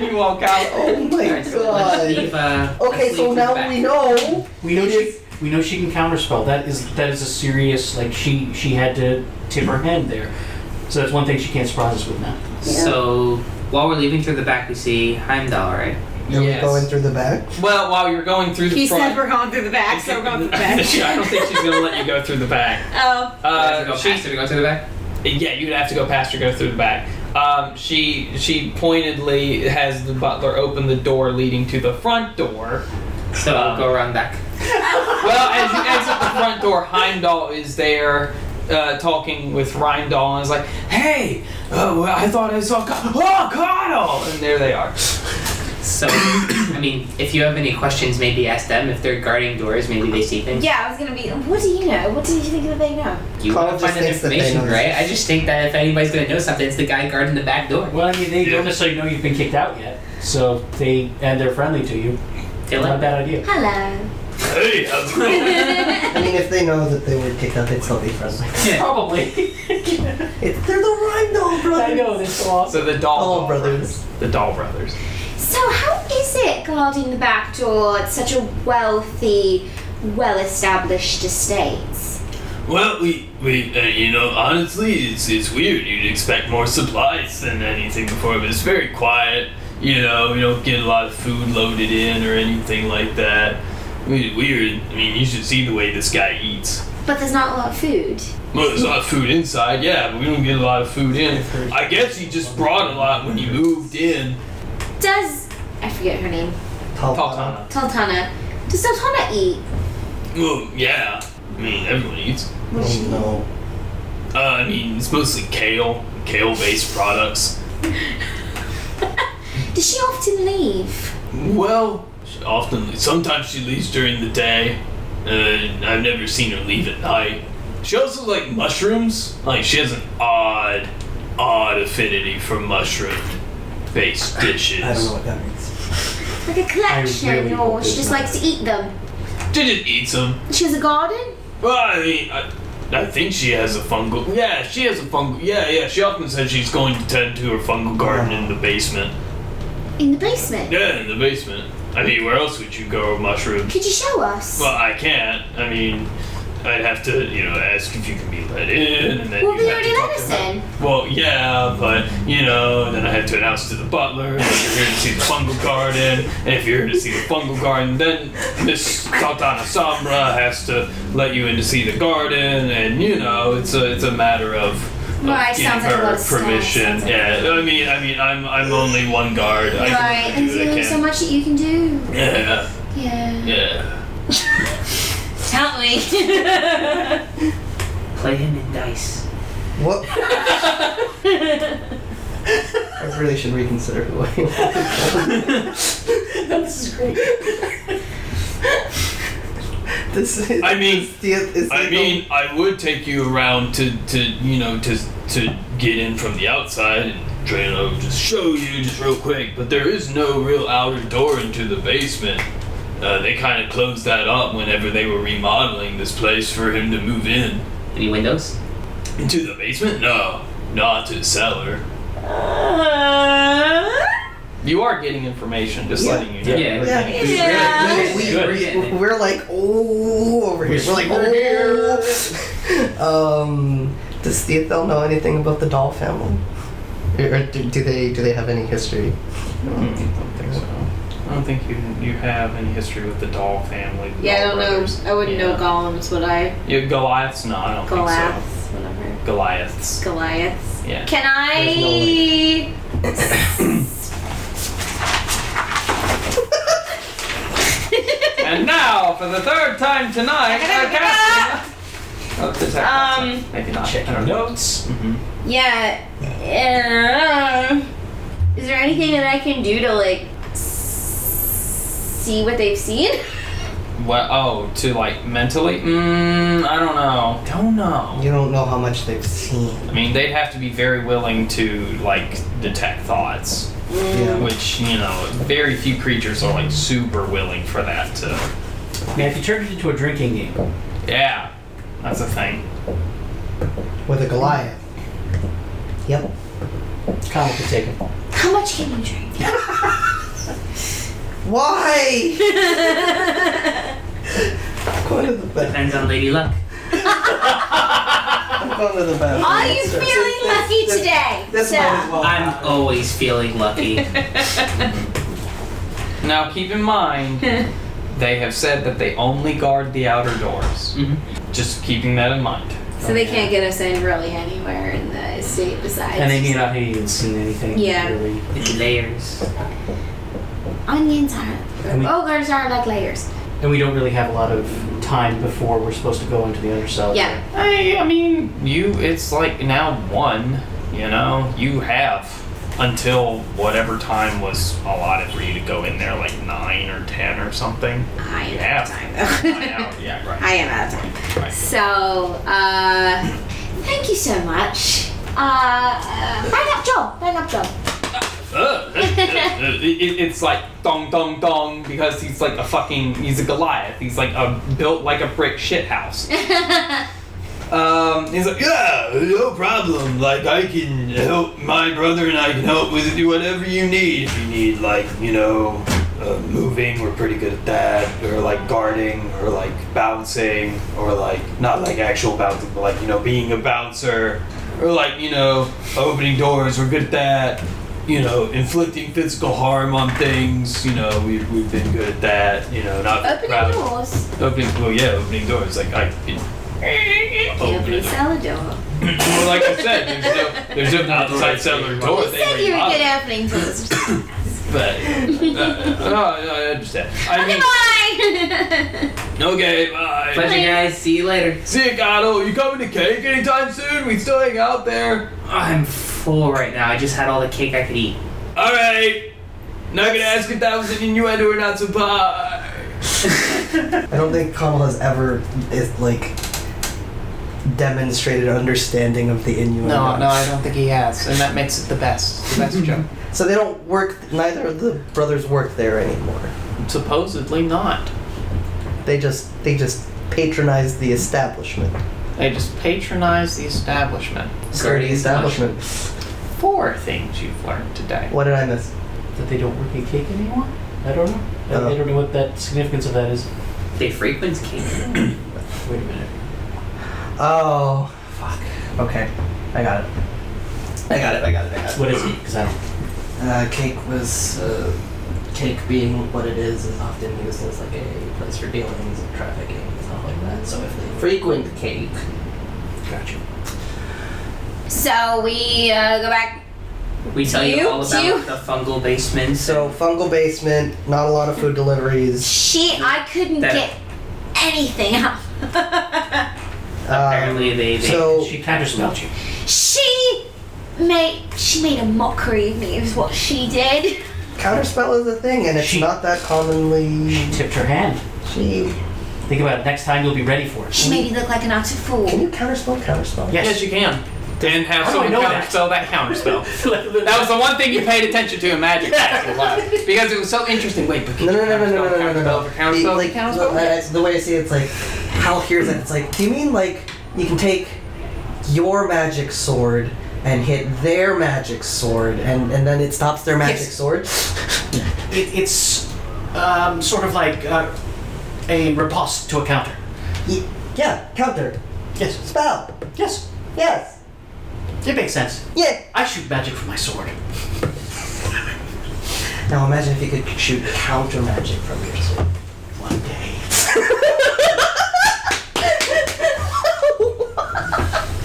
Speaker 6: you walk out.
Speaker 10: Oh my
Speaker 4: All right, so let's
Speaker 10: god.
Speaker 4: leave, uh,
Speaker 10: Okay,
Speaker 4: let's leave
Speaker 10: so
Speaker 4: the
Speaker 10: now
Speaker 4: back.
Speaker 10: we know.
Speaker 2: We know she. We know she can counterspell. That is that is a serious like she she had to tip her hand there. So that's one thing she can't surprise us with now.
Speaker 4: So while we're leaving through the back, we see Heimdall, right?
Speaker 10: Are we
Speaker 6: Yes.
Speaker 10: going through the back?
Speaker 6: Well, while you're going through the
Speaker 5: He
Speaker 6: front,
Speaker 5: said we're going through the back, so we're going through the
Speaker 6: I don't
Speaker 5: back.
Speaker 6: think she's gonna let you go through the back.
Speaker 5: oh,
Speaker 4: Uh,
Speaker 6: Uh,
Speaker 4: go
Speaker 6: she,
Speaker 4: past it to go to the back.
Speaker 6: yeah, you'd have to go past her, go through the back. Um, she she pointedly has the butler open the door leading to the front door.
Speaker 4: So
Speaker 6: Um,
Speaker 4: go around back.
Speaker 6: Well, as you exit the front door, Heimdall is there uh, talking with Rheimdall and is like, "Hey, oh, well, I thought I saw Ka- oh, Connell!" And there they are.
Speaker 4: So, I mean, if you have any questions, maybe ask them. If they're guarding doors, maybe they see things.
Speaker 5: yeah, I was gonna be. What do you know? What do you think that they know?
Speaker 4: You
Speaker 10: Carl
Speaker 4: want to
Speaker 10: just
Speaker 4: find out
Speaker 10: thinks that they
Speaker 4: information,
Speaker 10: know.
Speaker 4: right? I just think that if anybody's going to know something, it's the guy guarding the back door.
Speaker 2: Well, I mean, they
Speaker 6: Yeah.
Speaker 2: don't necessarily know you've been kicked out yet, so they and they're friendly to you.
Speaker 4: They
Speaker 2: Not a
Speaker 4: like that.
Speaker 2: bad idea.
Speaker 5: Hello.
Speaker 6: Hey, how's it going?
Speaker 10: I mean, if they know that they were kicked out, they'd still be friendly.
Speaker 2: Probably.
Speaker 10: It's, they're the Rhymedall
Speaker 2: I
Speaker 10: brothers.
Speaker 2: know this so awesome.
Speaker 6: So the doll,
Speaker 10: All brothers.
Speaker 6: the doll brothers.
Speaker 5: So how is it guarding the back door at such a wealthy, well-established estate?
Speaker 6: Well, we we uh, you know honestly, it's it's weird. You'd expect more supplies than anything before, but it's very quiet. You know, we don't get a lot of food loaded in or anything like that. We- Weird. I mean, you should see the way this guy eats.
Speaker 5: But there's not a lot of food.
Speaker 6: Well, there's a lot of food inside, yeah, but we don't get a lot of food in. I guess he just brought a lot when he moved in.
Speaker 5: Does I forget her name?
Speaker 10: Tall,
Speaker 5: Taltana. Does Taltana eat?
Speaker 6: Well, yeah. I mean, everyone eats.
Speaker 5: What does she
Speaker 10: Oh, no.
Speaker 6: Uh, I mean, it's mostly kale, kale based products.
Speaker 5: eat? Does she often leave?
Speaker 6: Well, she often, sometimes she leaves during the day, and I've never seen her leave at night. She also like mushrooms. Like, she has an odd, odd affinity for mushroom based dishes.
Speaker 10: I don't know what that means.
Speaker 5: Like a collection,
Speaker 2: really
Speaker 5: or
Speaker 2: hope there's
Speaker 5: she just
Speaker 2: not.
Speaker 5: likes to eat them?
Speaker 6: She just eats them.
Speaker 5: She has a garden.
Speaker 6: Well, I mean, I, I think she has a fungal. Yeah, she has a fungal. Yeah, yeah. She often says she's going to tend to her fungal garden in the basement.
Speaker 5: In the basement.
Speaker 6: Yeah, in the basement. I mean, where else would you grow mushrooms?
Speaker 5: Could you show us?
Speaker 6: Well, I can't. I mean, I'd have to, you know, ask if you can be let in, and then
Speaker 5: well,
Speaker 6: you
Speaker 5: we
Speaker 6: have
Speaker 5: already
Speaker 6: to
Speaker 5: let
Speaker 6: talk
Speaker 5: us
Speaker 6: to her.
Speaker 5: in.
Speaker 6: Well, yeah, but you know, then I have to announce to the butler that you're here to see the fungal garden, and if you're here to see the fungal garden, then Miss Sultana Sombra has to let you in to see the garden, and you know, it's a it's a matter of. of
Speaker 5: Right,
Speaker 6: getting
Speaker 5: sounds like a
Speaker 6: her
Speaker 5: lot of steps,
Speaker 6: permission.
Speaker 5: sounds like-
Speaker 6: yeah, I mean, I mean, I'm I'm only one guard. I can
Speaker 5: Right,
Speaker 6: only
Speaker 5: and
Speaker 6: do what
Speaker 5: there's
Speaker 6: I
Speaker 5: only
Speaker 6: can.
Speaker 5: so much that you can do.
Speaker 6: Yeah,
Speaker 5: Yeah.
Speaker 6: yeah.
Speaker 5: Tell me.
Speaker 4: Play him in dice.
Speaker 10: What? I really should reconsider who I am.
Speaker 2: this is great.
Speaker 10: This is.
Speaker 6: I mean,
Speaker 10: it's the- it's
Speaker 6: I
Speaker 10: the-
Speaker 6: mean, I would take you around to, to you know to to get in from the outside and try to just show you just real quick. But there is no real outer door into the basement. Uh, they kind of closed that up whenever they were remodeling this place for him to move in
Speaker 4: Any windows?
Speaker 6: into the basement. No, not to the cellar. You are getting information, just
Speaker 10: Yeah.
Speaker 6: letting you
Speaker 4: Yeah.
Speaker 6: know.
Speaker 10: Yeah.
Speaker 5: Yeah.
Speaker 10: We- we-
Speaker 6: Good.
Speaker 10: we- we're like oh over here. We're like
Speaker 4: We're
Speaker 10: oh. um, does Theophil know anything about the doll family? Or or do, do they do they have any history?
Speaker 6: I don't think so. I don't think you you have any history with the Doll family. the
Speaker 5: yeah, I don't
Speaker 6: Dahl brothers.
Speaker 5: know. I wouldn't know
Speaker 6: Yeah.
Speaker 5: golems, would I?
Speaker 6: Yeah, Goliath's not. I don't think
Speaker 5: Goliaths, whatever.
Speaker 6: so. Goliath's.
Speaker 5: Goliaths.
Speaker 6: Yeah.
Speaker 5: Can
Speaker 10: There's no
Speaker 5: I?
Speaker 6: and now, for the third time tonight, I cast. Oh, does that count?
Speaker 5: um.
Speaker 6: Maybe not.
Speaker 2: Check
Speaker 6: I
Speaker 2: our
Speaker 6: don't know.
Speaker 2: notes.
Speaker 5: Yeah. Um, is there anything that I can do to like s- see what they've seen?
Speaker 6: Well, oh, to like mentally? Mm, I don't know. Don't know.
Speaker 10: You don't know how much they've seen.
Speaker 6: I mean, they'd have to be very willing to like detect thoughts,
Speaker 10: Yeah.
Speaker 6: which you know, very few creatures are like super willing for that to.
Speaker 2: Now, if you turned it into a drinking game,
Speaker 6: Yeah, that's a thing.
Speaker 10: With a Goliath. Yep.
Speaker 2: Connell could take it.
Speaker 5: How much can you drink?
Speaker 10: Why? Go to the bed.
Speaker 4: Depends on Lady Luck.
Speaker 10: Go to the bed.
Speaker 5: Are you feeling lucky today?
Speaker 10: This
Speaker 5: so,
Speaker 10: might as well.
Speaker 4: I'm always feeling lucky.
Speaker 6: Now keep in mind, they have said that they only guard the outer doors.
Speaker 4: Mhm.
Speaker 6: Just keeping that in mind.
Speaker 5: So
Speaker 6: Oh,
Speaker 5: they can't get us in really anywhere in the estate besides.
Speaker 2: And they may not have even seen anything.
Speaker 5: Yeah.
Speaker 2: Really.
Speaker 4: It's layers.
Speaker 5: Onions are.
Speaker 2: And we-
Speaker 5: Ogres oh, are like layers.
Speaker 2: And we don't really have a lot of time before we're supposed to go into the undercell.
Speaker 5: Yeah.
Speaker 6: I, I mean, you, it's like now one, you know, you have until whatever time was allotted for you to go in there, like nine or ten or something.
Speaker 5: I am
Speaker 6: Yeah.
Speaker 5: out of time though.
Speaker 6: Nine hours, yeah, right.
Speaker 5: I am out of time.
Speaker 6: Right.
Speaker 5: So, uh, thank you so much. Uh, uh, bang up job, bang up job.
Speaker 6: Ugh. it, it- it's like dong dong dong because he's like a fucking he's a Goliath. He's like a built like a brick shit house. Um, he's like, yeah, no problem. Like, I can help my brother and I can help with whatever you need. If you need, like, you know, uh, moving, we're pretty good at that. Or, like, guarding, or, like, bouncing, or, like, not like actual bouncing, but, like, you know, being a bouncer. Or, like, you know, opening doors, we're good at that. You know, inflicting physical harm on things, you know, we, we've been good at that. You know, not
Speaker 5: Opening
Speaker 6: proud-
Speaker 5: doors.
Speaker 6: Opening, well, yeah, opening doors. Like, I. It,
Speaker 5: Can't
Speaker 6: open
Speaker 5: be
Speaker 6: it.
Speaker 5: cellar door.
Speaker 6: Well, like Oh, I said, there's no, there's no outside cellar door
Speaker 5: You
Speaker 6: thing.
Speaker 5: said
Speaker 6: where
Speaker 5: you were
Speaker 6: pop
Speaker 5: good
Speaker 6: it,
Speaker 5: at opening doors.
Speaker 6: But uh, no, no, I understand. I
Speaker 5: Okay,
Speaker 6: mean,
Speaker 5: bye.
Speaker 6: okay, bye.
Speaker 4: Pleasure, guys. See you later.
Speaker 6: See you, Gato. You coming to cake anytime soon? We still hang out there.
Speaker 4: I'm full right now. I just had all the cake I could eat.
Speaker 6: All right. Not gonna ask if that was an innuendo or not. So bye.
Speaker 10: I don't think Connell has ever is like demonstrated understanding of the innuendo.
Speaker 12: No, no, I don't think he has, and that makes it the best, the best joke.
Speaker 10: So they don't work. Neither of the brothers work there anymore.
Speaker 6: Supposedly not.
Speaker 10: They just they just patronize the establishment.
Speaker 6: They just patronize the establishment.
Speaker 10: Sturdy establishment.
Speaker 6: Four things you've learned today.
Speaker 10: What did I miss?
Speaker 2: That they don't work at cake anymore? I don't know. I- I
Speaker 10: Oh.
Speaker 2: don't know what that significance of that is.
Speaker 4: They frequent cake.
Speaker 2: Wait a minute.
Speaker 10: Oh, fuck. Okay, I got it. I got it. I got it. I got it.
Speaker 2: What is it? Because I don't.
Speaker 10: Uh, cake was uh, cake being what it is is often used as like a place for dealings and trafficking and stuff like that. So if they frequent cake, gotcha.
Speaker 5: so we uh, go back.
Speaker 4: We tell you,
Speaker 5: You-
Speaker 4: all about
Speaker 5: you-
Speaker 4: the fungal basement.
Speaker 10: So fungal basement, not a lot of food deliveries.
Speaker 5: Shit, I couldn't
Speaker 4: That-
Speaker 5: get anything out.
Speaker 10: Um,
Speaker 4: apparently they, they
Speaker 10: so
Speaker 2: She kind of smelled you.
Speaker 5: she made she made a mockery of me. Is what she did.
Speaker 10: counterspell is a thing, and it's
Speaker 2: She-
Speaker 10: not that commonly.
Speaker 2: She tipped her hand.
Speaker 10: She
Speaker 2: Think about it. Next time you'll be ready for it.
Speaker 5: She made me look like an utter fool.
Speaker 10: can you counterspell? Counterspell.
Speaker 6: Yes, you can. And have
Speaker 2: How do I
Speaker 6: someone
Speaker 2: know
Speaker 6: counter
Speaker 2: that?
Speaker 6: spell that counter spell. That was the one thing you paid attention to in magic class a lot. Because it was so interesting. Wait, but
Speaker 10: No, no, no, no, no, no, no, no, no.
Speaker 6: Counter
Speaker 10: The-
Speaker 6: spell,
Speaker 10: like,
Speaker 6: counter
Speaker 10: the- I- I-
Speaker 3: uh,
Speaker 10: the way I see it's like, Hal hears it. It's like, do you mean like you can take your magic sword and hit their magic sword, and, and then it stops their magic
Speaker 2: Yes.
Speaker 10: sword?
Speaker 2: It, it's um, sort of like uh, a riposte to a counter.
Speaker 10: Y- yeah, counter
Speaker 2: Yes.
Speaker 10: spell.
Speaker 2: Yes.
Speaker 10: Yes.
Speaker 2: It makes sense.
Speaker 10: Yeah.
Speaker 2: I shoot magic from my sword.
Speaker 10: Now imagine if you could shoot counter magic from your sword.
Speaker 2: One day.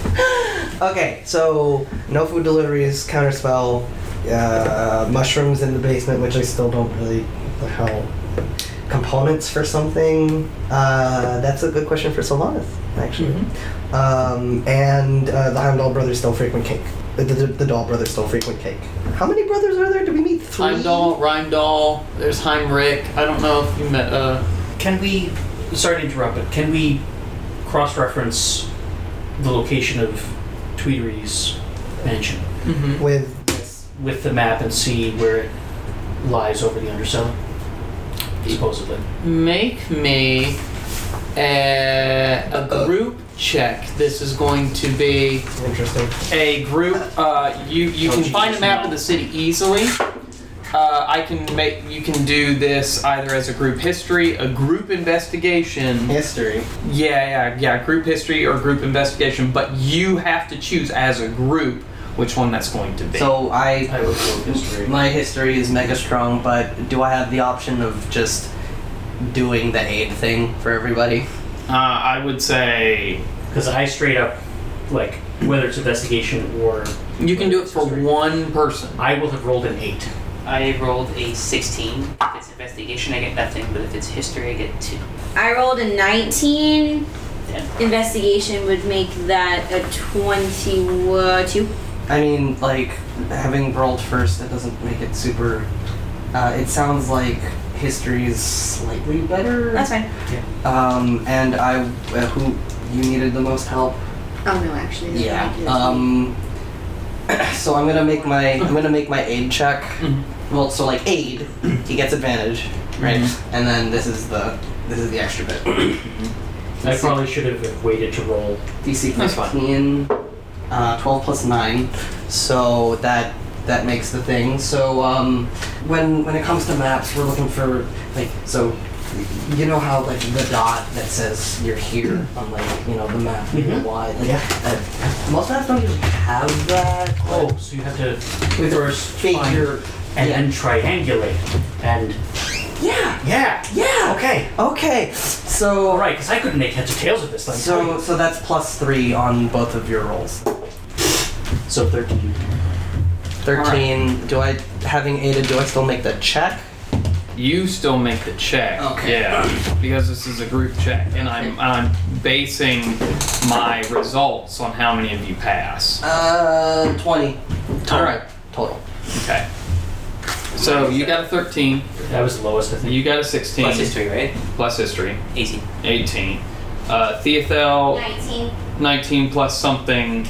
Speaker 10: Okay, so no food deliveries, counterspell, uh, mushrooms in the basement, which I still don't really the hell components for something. Uh, that's a good question for Sylvanas, actually. Um, and uh, the Heimdall brothers still frequent cake. Uh, The, the, the Dahl brothers still frequent cake. How many brothers are there? Do we meet three?
Speaker 6: Heimdall, Rheimdall, there's Heimrick. I don't know if you met, uh,
Speaker 2: Can we? Sorry to interrupt, but can we cross-reference the location of Tweedery's mansion
Speaker 6: Mm-hmm.
Speaker 10: With
Speaker 2: with the map and see where it lies over the undercell? Supposedly.
Speaker 6: make me a, a group check. This is going to be
Speaker 10: interesting.
Speaker 6: a group. Uh, you you can find a map of the city easily. Uh, I can make you can do this either as a group history, a group investigation,
Speaker 10: History.
Speaker 6: Yeah, yeah, yeah. Group history or group investigation, but you have to choose as a group which one that's going to be.
Speaker 3: So I,
Speaker 2: I would roll history.
Speaker 3: my history is mega strong, but do I have the option of just doing the aid thing for everybody?
Speaker 6: uh, I would say
Speaker 2: Because I straight up, like, whether it's investigation or.
Speaker 6: you can do it for one person.
Speaker 2: I will have rolled an 8.
Speaker 3: I rolled a 16. If it's investigation, I get nothing, but if it's history, I get two.
Speaker 5: I rolled a 19.
Speaker 3: Yeah.
Speaker 5: Investigation would make that a 22.
Speaker 3: I mean, like, having rolled first, that doesn't make it super. Uh, it sounds like history is slightly better.
Speaker 5: That's fine.
Speaker 3: Um, and I, uh, who you needed the most help?
Speaker 5: Oh no, actually. that's what I did.
Speaker 3: Um, so I'm gonna make my I'm gonna make my aid check. Well, so like aid, he gets advantage, right? And then this is the this is the extra bit.
Speaker 2: I probably should have waited to roll.
Speaker 3: DC 15, uh, 12 plus nine. So that that makes the thing. So um, when when it comes to maps, we're looking for like so. You know how like the dot that says you're here on like you know the map
Speaker 2: Mhm.
Speaker 3: wide. Like, uh, most maps don't usually have that.
Speaker 2: Oh, so you have to
Speaker 3: With
Speaker 2: first
Speaker 3: figure.
Speaker 2: find and
Speaker 3: yeah.
Speaker 2: then triangulate. And.
Speaker 3: Yeah.
Speaker 2: Yeah!
Speaker 3: Yeah.
Speaker 2: Okay!
Speaker 3: Okay. So
Speaker 2: Alright, because I couldn't make heads or tails of this thing.
Speaker 3: So so that's plus three on both of your rolls.
Speaker 2: so 13.
Speaker 3: Thirteen. Do I having aided? Do I still make the check?
Speaker 6: You still make the check.
Speaker 3: Okay.
Speaker 6: Yeah, because this is a group check, and I'm I'm basing my results on how many of you pass.
Speaker 3: Uh, twenty.
Speaker 6: All right.
Speaker 3: Total.
Speaker 6: Okay. So you got a 13,
Speaker 2: That was the lowest, I think.
Speaker 6: you got a 16,
Speaker 3: Plus history, right?
Speaker 6: plus history,
Speaker 3: Eighteen.
Speaker 6: 18. Uh, Theophil,
Speaker 5: 19.
Speaker 6: 19 plus something.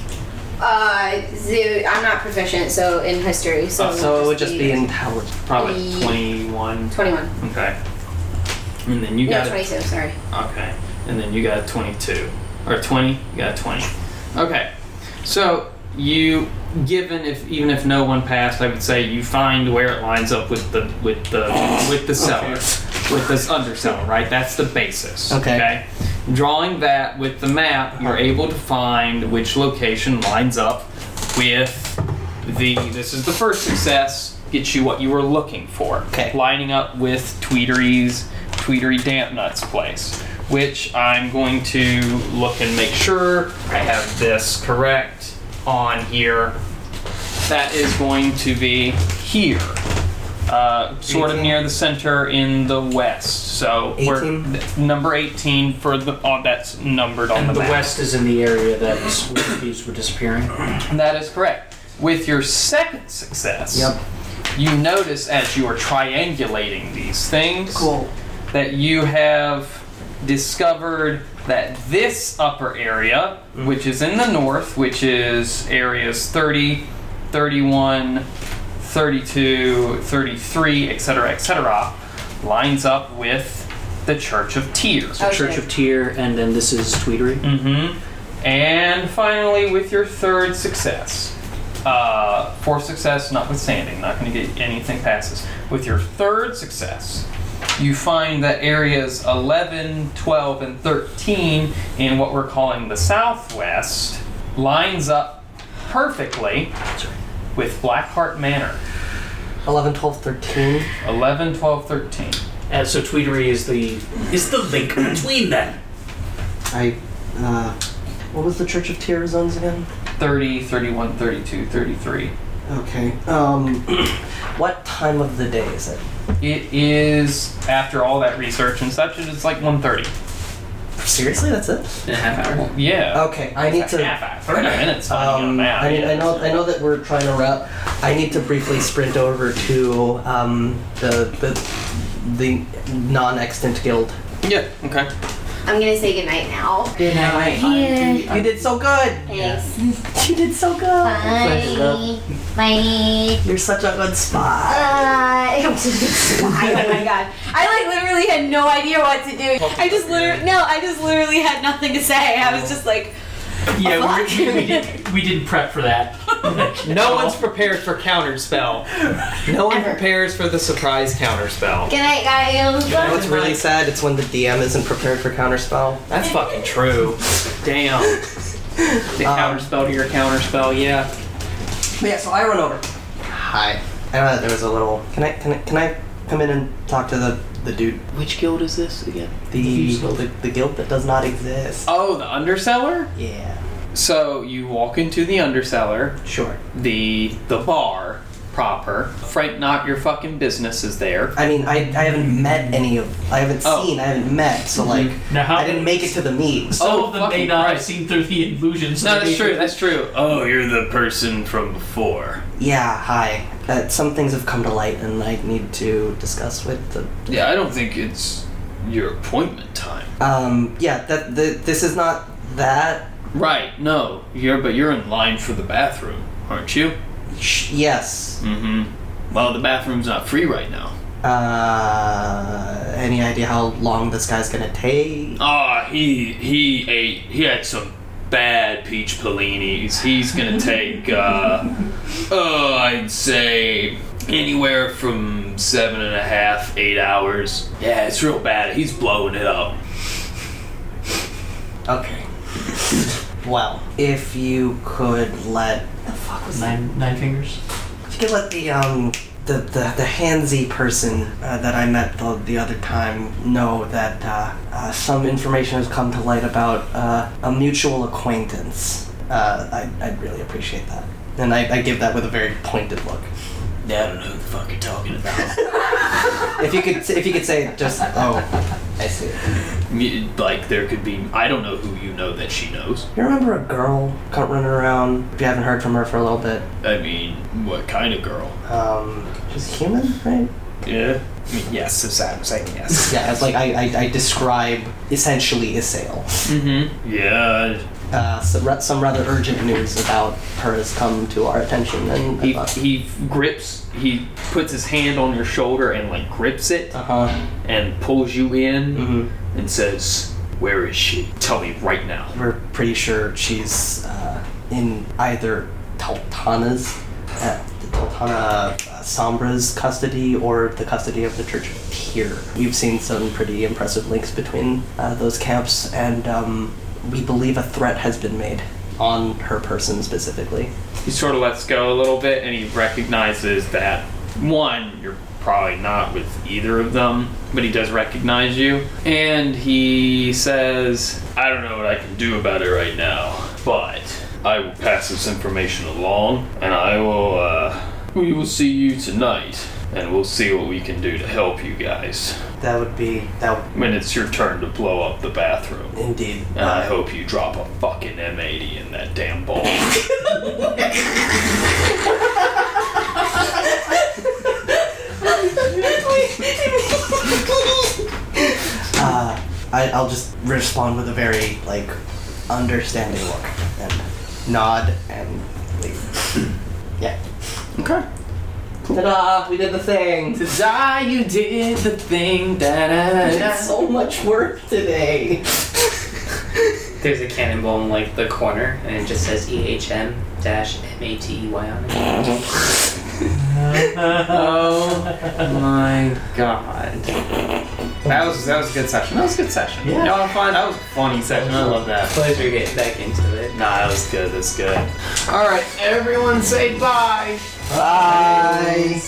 Speaker 5: Uh, zoo, I'm not proficient, so in history, so.
Speaker 6: Oh,
Speaker 3: So it would just be intelligent.
Speaker 6: Probably 21.
Speaker 5: 21.
Speaker 6: Okay. And then you
Speaker 5: No,
Speaker 6: got a
Speaker 5: 22, sorry.
Speaker 6: Okay. And then you got a 22. Or 20? You got a 20. Okay. So you given if even if no one passed, I would say you find where it lines up with the with the with the seller. With this underseller, right? That's the basis.
Speaker 3: Okay.
Speaker 6: Drawing that with the map, you're able to find which location lines up with the this is the first success, gets you what you were looking for.
Speaker 3: Okay.
Speaker 6: Lining up with Tweedery's Tweedery Damp Nuts place, which I'm going to look and make sure I have this correct on here. That is going to be here. Uh, sort of
Speaker 3: 18?
Speaker 6: near the center in the west. So we're
Speaker 3: 18?
Speaker 6: th- number 18 for the oh, that's numbered on
Speaker 2: And
Speaker 6: the,
Speaker 2: the
Speaker 6: map.
Speaker 2: west is in the area that where the thieves were disappearing.
Speaker 6: That is correct. With your second success,
Speaker 3: Yep.
Speaker 6: you notice as you are triangulating these things
Speaker 3: Cool.
Speaker 6: that you have discovered that this upper area,
Speaker 2: Mm.
Speaker 6: which is in the north, which is areas 30, 31, 32, 33, etc., etc., lines up with the Church of Tears.
Speaker 5: Okay.
Speaker 2: Church of Tyr, and then this is Tweedery.
Speaker 6: Mm-hmm. And finally, with your third success, uh, fourth success notwithstanding, not going to get anything passes. With your third success, you find that areas 11, 12, and 13 in what we're calling the Southwest lines up perfectly with Blackheart Manor.
Speaker 3: 11, 12, 13.
Speaker 6: 11, 12, 13.
Speaker 2: And so Tweedery is the is the link between them.
Speaker 3: I. Uh, what was the Church of Tear zones again?
Speaker 6: 30, 31, 32, 33.
Speaker 3: Okay. Um, what time of the day is it?
Speaker 6: It is, after all that research and such, it is like 1.30.
Speaker 3: Seriously, that's it.
Speaker 4: In a half hour.
Speaker 6: Yeah.
Speaker 3: Okay, I need to.
Speaker 6: half hour, 30 minutes. not even
Speaker 3: Um,
Speaker 6: an hour,
Speaker 3: I,
Speaker 6: yeah.
Speaker 3: I know. I know that we're trying to wrap. I need to briefly sprint over to um, the the the non-extant guild.
Speaker 6: Yeah. Okay.
Speaker 5: I'm gonna say goodnight now.
Speaker 3: Good night.
Speaker 5: Yeah.
Speaker 3: You did so good.
Speaker 5: Thanks.
Speaker 3: You did so good.
Speaker 5: Bye. Bye.
Speaker 3: You're such a good spot.
Speaker 5: Bye. oh my god. I like literally had no idea what to do. I just literally no, I just literally had nothing to say. I was just like,
Speaker 2: Yeah,
Speaker 5: fuck.
Speaker 2: we, we, did, we didn't prep for that.
Speaker 4: No one's prepared for counterspell. No one
Speaker 5: Ever.
Speaker 4: prepares for the surprise counterspell.
Speaker 5: good night, guys.
Speaker 3: You know what's really sad? It's when the DM isn't prepared for counterspell.
Speaker 4: That's fucking true. Damn. The
Speaker 3: Um,
Speaker 4: counterspell to your counterspell, yeah.
Speaker 10: But yeah, so I run over. Hi. I know that there was a little. Can I can I, can I come in and talk to the the dude? Which guild is this again? The the, the guild that does not exist.
Speaker 6: Oh, the underseller?
Speaker 10: Yeah.
Speaker 6: So you walk into the underseller,
Speaker 10: Sure.
Speaker 6: the the bar proper. Frank Not Your Fucking Business is there.
Speaker 10: I mean, I, I haven't met any of. I haven't
Speaker 6: Oh.
Speaker 10: seen. I haven't met. So like,
Speaker 2: Now, how
Speaker 10: I didn't make it to the meet.
Speaker 6: Oh,
Speaker 2: Some of them may
Speaker 6: fucking
Speaker 2: not
Speaker 6: right.
Speaker 2: have seen through the illusion. so
Speaker 6: No,
Speaker 2: they
Speaker 6: that's
Speaker 2: may-
Speaker 6: true, that's true. Oh, you're the person from before.
Speaker 10: Yeah. Hi. Uh, some things have come to light, and I need to discuss with the
Speaker 6: Yeah, I don't think it's your appointment time.
Speaker 10: Um, yeah, that the, this is not that.
Speaker 6: Right, no. You're but you're in line for the bathroom, aren't you?
Speaker 10: Sh- yes.
Speaker 6: Mm-hmm. Well, the bathroom's not free right now.
Speaker 10: Uh, any idea how long this guy's gonna take?
Speaker 6: Ah, he he ate he had some bad peach paninis. He's gonna take uh oh I'd say anywhere from seven and a half, eight hours. Yeah, it's real bad. He's blowing it up.
Speaker 10: Okay. well, if you could let the fuck was that?
Speaker 2: Nine, nine fingers.
Speaker 10: If you could let the um the the, the handsy person uh, that I met the, the other time know that uh, uh, some information has come to light about uh, a mutual acquaintance. Uh, I, I'd really appreciate that. And I, I give that with a very pointed look.
Speaker 6: Yeah, I don't know who the fuck you're talking about.
Speaker 10: if you could, if you could say just, oh, I see.
Speaker 6: Me- like there could be I don't know who you know that she knows.
Speaker 10: You remember a girl co- running around? If you haven't heard from her for a little bit,
Speaker 6: I mean, what kind of girl?
Speaker 10: um, she's human, right?
Speaker 6: Yeah. I mean, yes, is that I'm saying yes.
Speaker 10: Yeah, it's like I, I, I describe essentially Isail.
Speaker 6: Mm-hmm. Yeah.
Speaker 10: Uh, some, ra- some rather urgent news about her has come to our attention, and
Speaker 6: He,
Speaker 10: uh
Speaker 6: he grips, he puts his hand on your shoulder and like grips it
Speaker 10: huh,
Speaker 6: and pulls you in
Speaker 10: Mhm.
Speaker 6: and says, Where is she? Tell me right now.
Speaker 10: we're pretty sure she's uh, in either Teltana's, uh, the Teltana uh, Sombra's custody, or the custody of the Church of Tyr. We've seen some pretty impressive links between uh, those camps, and um, we believe a threat has been made on her person specifically.
Speaker 6: He sort of lets go a little bit and he recognizes that one, you're probably not with either of them, but he does recognize you. And he says, I don't know what I can do about it right now, but I will pass this information along and I will, uh, we will see you tonight and we'll see what we can do to help you guys
Speaker 10: That would be that
Speaker 6: when it's your turn to blow up the bathroom.
Speaker 10: indeed.
Speaker 6: And I hope you drop a fucking M80 in that damn ball.
Speaker 10: Uh, I, I'll just respond with a very like understanding look and nod and leave. yeah.
Speaker 6: Okay.
Speaker 10: Ta-da! We did the thing.
Speaker 6: Desire, you did the thing that
Speaker 10: so much work today.
Speaker 4: There's a cannonball in like the corner, and it just says EHM dash M A T E Y on it.
Speaker 6: Oh my god. That was that was a good session. That was a good session.
Speaker 2: Yeah.
Speaker 6: Y'all fine? That was a funny session. I love that.
Speaker 4: Pleasure getting back into it.
Speaker 6: Nah, that was good. That's good. All right, everyone, say bye.
Speaker 10: Bye.